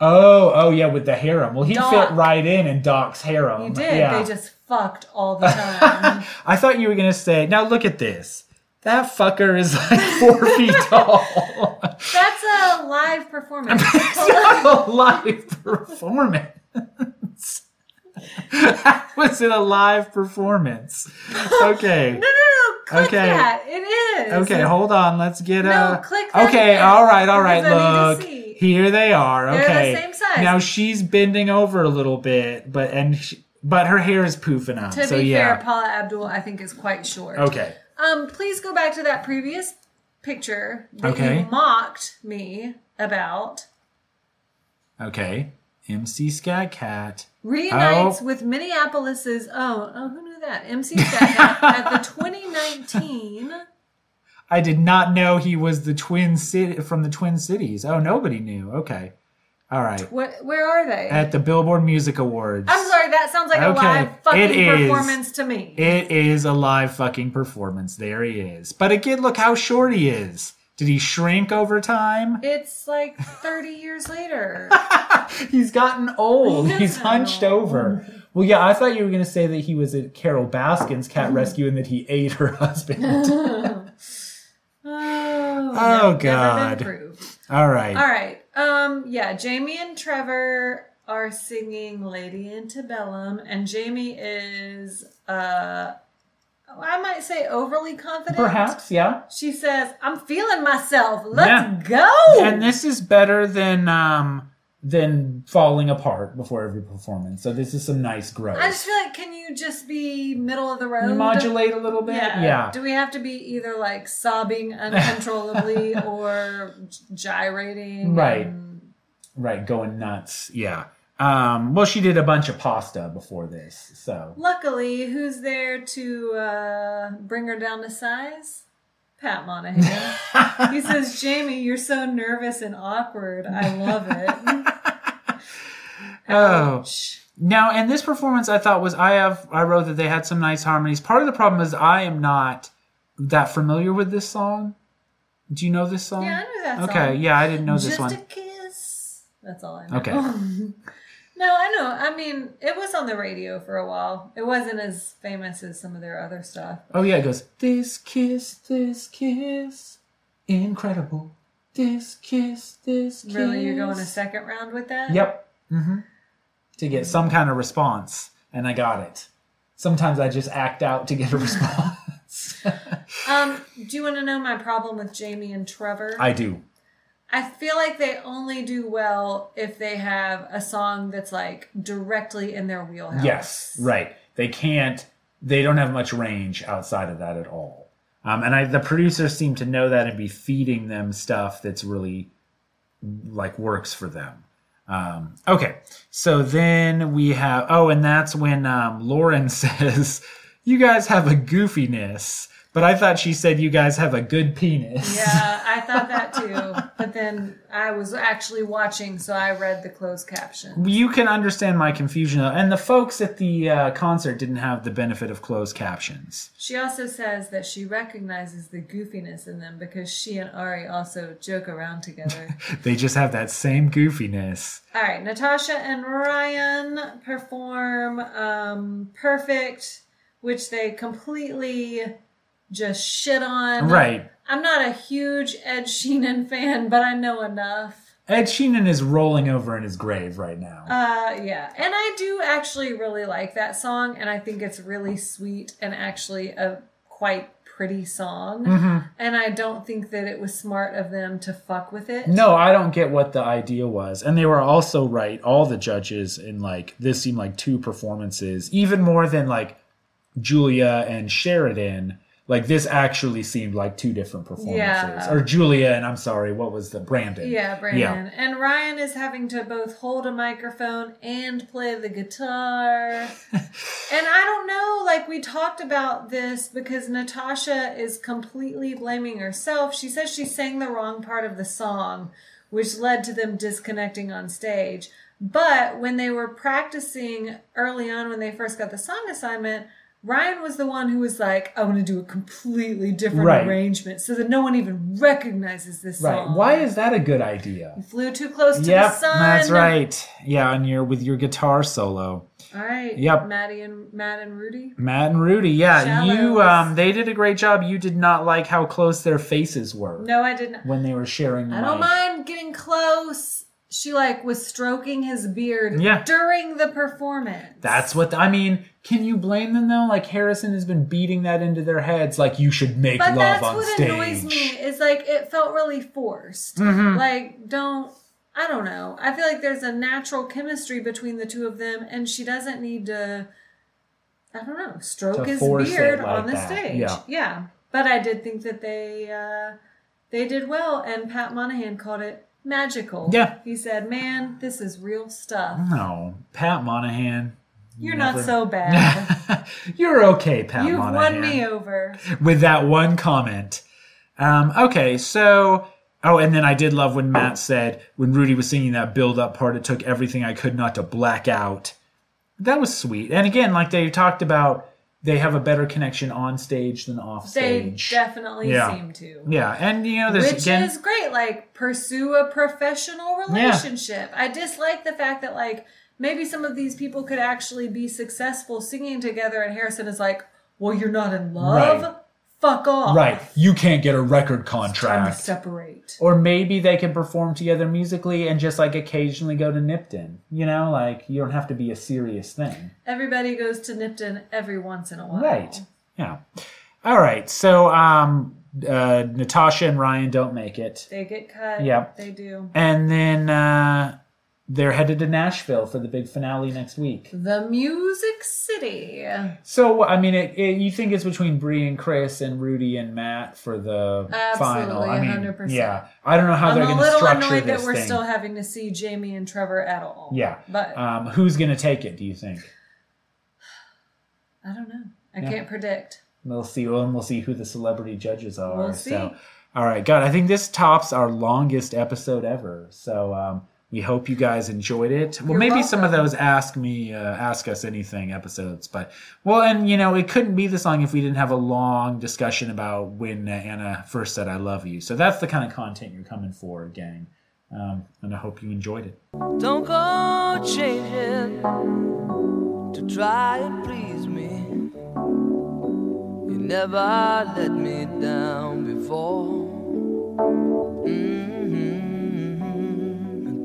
Oh, oh yeah, with the harem. Well, he Doc. fit right in in Doc's harem. He did. Oh Yeah. They just fucked all the time. I thought you were gonna say, now look at this. That fucker is like four feet tall. That's a live performance. It's not a live performance. That was it a live performance? Okay. No, no, no. Click Okay. that. It is. Okay, hold on. Let's get No, uh click that Okay, again, all right, all right. because I need Look. to see. Here they are. They're the Okay. same size. Now she's bending over a little bit, but and she, but her hair is poofing up. To so be yeah. fair, Paula Abdul, I think, is quite short. okay. Um, please go back to that previous picture that Okay. you mocked me about. Okay. MC Scat Cat. Reunites Oh. with Minneapolis's own. Oh, who knew that? MC Scat at the 2019. I did not know he was the twin city from the Twin Cities. Oh, nobody knew. Okay. All right. What, where are they? At the Billboard Music Awards. I'm sorry, that sounds like a Okay, live fucking it is. performance to me. It is a live fucking performance. There he is. But again, look how short he is. Did he shrink over time? It's like 30 years later. He's gotten old. Yeah. He's hunched over. Well, yeah, I thought you were going to say that he was at Carol Baskin's cat Mm-hmm. rescue and that he ate her husband. Oh, Oh, Never God. been proved. All right. All right. Um, yeah, Jamie and Trevor are singing Lady Antebellum, and Jamie is, uh, I might say overly confident. Perhaps, yeah. She says, I'm feeling myself. Let's go. And this is better than um than falling apart before every performance. So this is some nice growth. I just feel like, can you just be middle of the road? Modulate a little bit. Yeah. Yeah. Do we have to be either like sobbing uncontrollably or gyrating? Right. and- Right, going nuts. Yeah. Um well she did a bunch of pasta before this. So Luckily, who's there to uh, bring her down to size? Pat Monahan. he says, Jamie, you're so nervous and awkward. I love it. Oh. Now, and this performance I thought was I have I wrote that they had some nice harmonies. Part of the problem is I am not that familiar with this song. Do you know this song? Yeah, I knew that Okay, song. yeah, I didn't know Just this a one. kiss. That's all I know. Okay. no, I know. I mean, it was on the radio for a while. It wasn't as famous as some of their other stuff. Oh yeah, it goes this kiss, this kiss, incredible. This kiss, this kiss. Really, you're going a second round with that? Yep. hmm To get some kind of response, and I got it. Sometimes I just act out to get a response. Um, do you want to know my problem with Jamie and Trevor? I do. I feel like they only do well if they have a song that's like directly in their wheelhouse. Yes, right. They can't. They don't have much range outside of that at all. Um, and I, the producers seem to know that and be feeding them stuff that's really like works for them. Um, okay, so then we have. Oh, and that's when um, Lauren says, "You guys have a goofiness," but I thought she said, "You guys have a good penis." Yeah, I thought that too. But then I was actually watching, so I read the closed caption. You can understand my confusion, and the folks at the uh, concert didn't have the benefit of closed captions. She also says that she recognizes the goofiness in them because she and Ari also joke around together. They just have that same goofiness. All right, Natasha and Ryan perform um, Perfect, which they completely just shit on. Right. I'm not a huge Ed Sheenan fan, but I know enough. Ed Sheenan is rolling over in his grave right now. Uh, yeah, and I do actually really like that song, and I think it's really sweet and actually a quite pretty song. And I don't think that it was smart of them to fuck with it. no, I don't get what the idea was. And they were also right, all the judges in like this seemed like two performances, even more than like Julia and Sheridan. Like this actually seemed like two different performances. Yeah. Or Julia and I'm sorry, what was the Brandon? Yeah, Brandon. And Ryan is having to both hold a microphone and play the guitar. and I don't know, like, we talked about this because Natasha is completely blaming herself. She says she sang the wrong part of the song, which led to them disconnecting on stage. But when they were practicing early on, when they first got the song assignment, Ryan was the one who was like, I want to do a completely different Right. arrangement so that no one even recognizes this Right. song Why is that a good idea? flew too close to Yep, the sun. that's right. Yeah, and you're with your guitar solo. All right. Yep. Maddie and Matt and Rudy. Matt and Rudy, yeah, you Shallows. um they did a great job. You did not like how close their faces were No, I didn't. when they were sharing the I don't mic. mind getting close. She like was stroking his beard Yeah. during the performance. That's what I mean. Can you blame them though? Like Harrison has been beating that into their heads like you should make but love that's on what stage. annoys me is like it felt really forced. Like don't I don't know. I feel like there's a natural chemistry between the two of them, and she doesn't need to. I don't know. Stroke To his force it beard like on the that. stage. Yeah. But I did think that they uh, they did well, and Pat Monahan called it magical. Yeah. He said, "Man, this is real stuff. Mm-hmm. No, Pat Monahan. You're not so bad. You're okay, Pat You've Monahan. won me over." with that one comment. Um, okay, so oh, and then I did love when Matt said when Rudy was singing that build up part, it took everything I could not to black out. That was sweet. And again, like they talked about, they have a better connection on stage than off They stage. definitely Yeah. seem to. yeah, and you know, there's which again, is great like pursue a professional relationship i dislike the fact that like maybe some of these people could actually be successful singing together and harrison is like well you're not in love Right. fuck off right? You can't get a record time to contract. separate Or maybe they can perform together musically and just like occasionally go to Nipton. You know, like you don't have to be a serious thing. everybody goes to nipton every once in a while Right. Yeah. All right. So um, uh, Natasha and Ryan don't make it. they get cut Yeah. they do And then uh, they're headed to Nashville for the big finale next week. the music city So, I mean, it, it, you think it's between Bree and Chris and Rudy and Matt for the final. Absolutely, I mean, 100%. yeah. I don't know how i'm they're a going to little structure annoyed this that we're thing. still having to see jamie and trevor at all yeah. but um, who's going to take it, do you think? i don't know i can't predict We'll see. Well, and we'll see who the celebrity judges are. We'll see. So, all right, God, I think this tops our longest episode ever. So um, we hope you guys enjoyed it. Well, You're maybe some of welcome. those ask me, uh, ask us anything episodes, but well, and you know, it couldn't be this long if we didn't have a long discussion about when uh, Anna first said "I love you." So that's the kind of content you're coming for, gang. Um, and I hope you enjoyed it. Don't go changing to try and please me. You never let me down before. hmm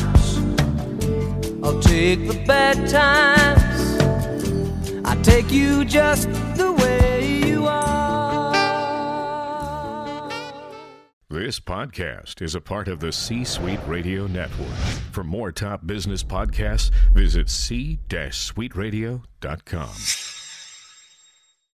I'll take the bad times. I take you just the way you are. This podcast is a part of the C Suite Radio Network. For more top business podcasts, visit c-suiteradio.com.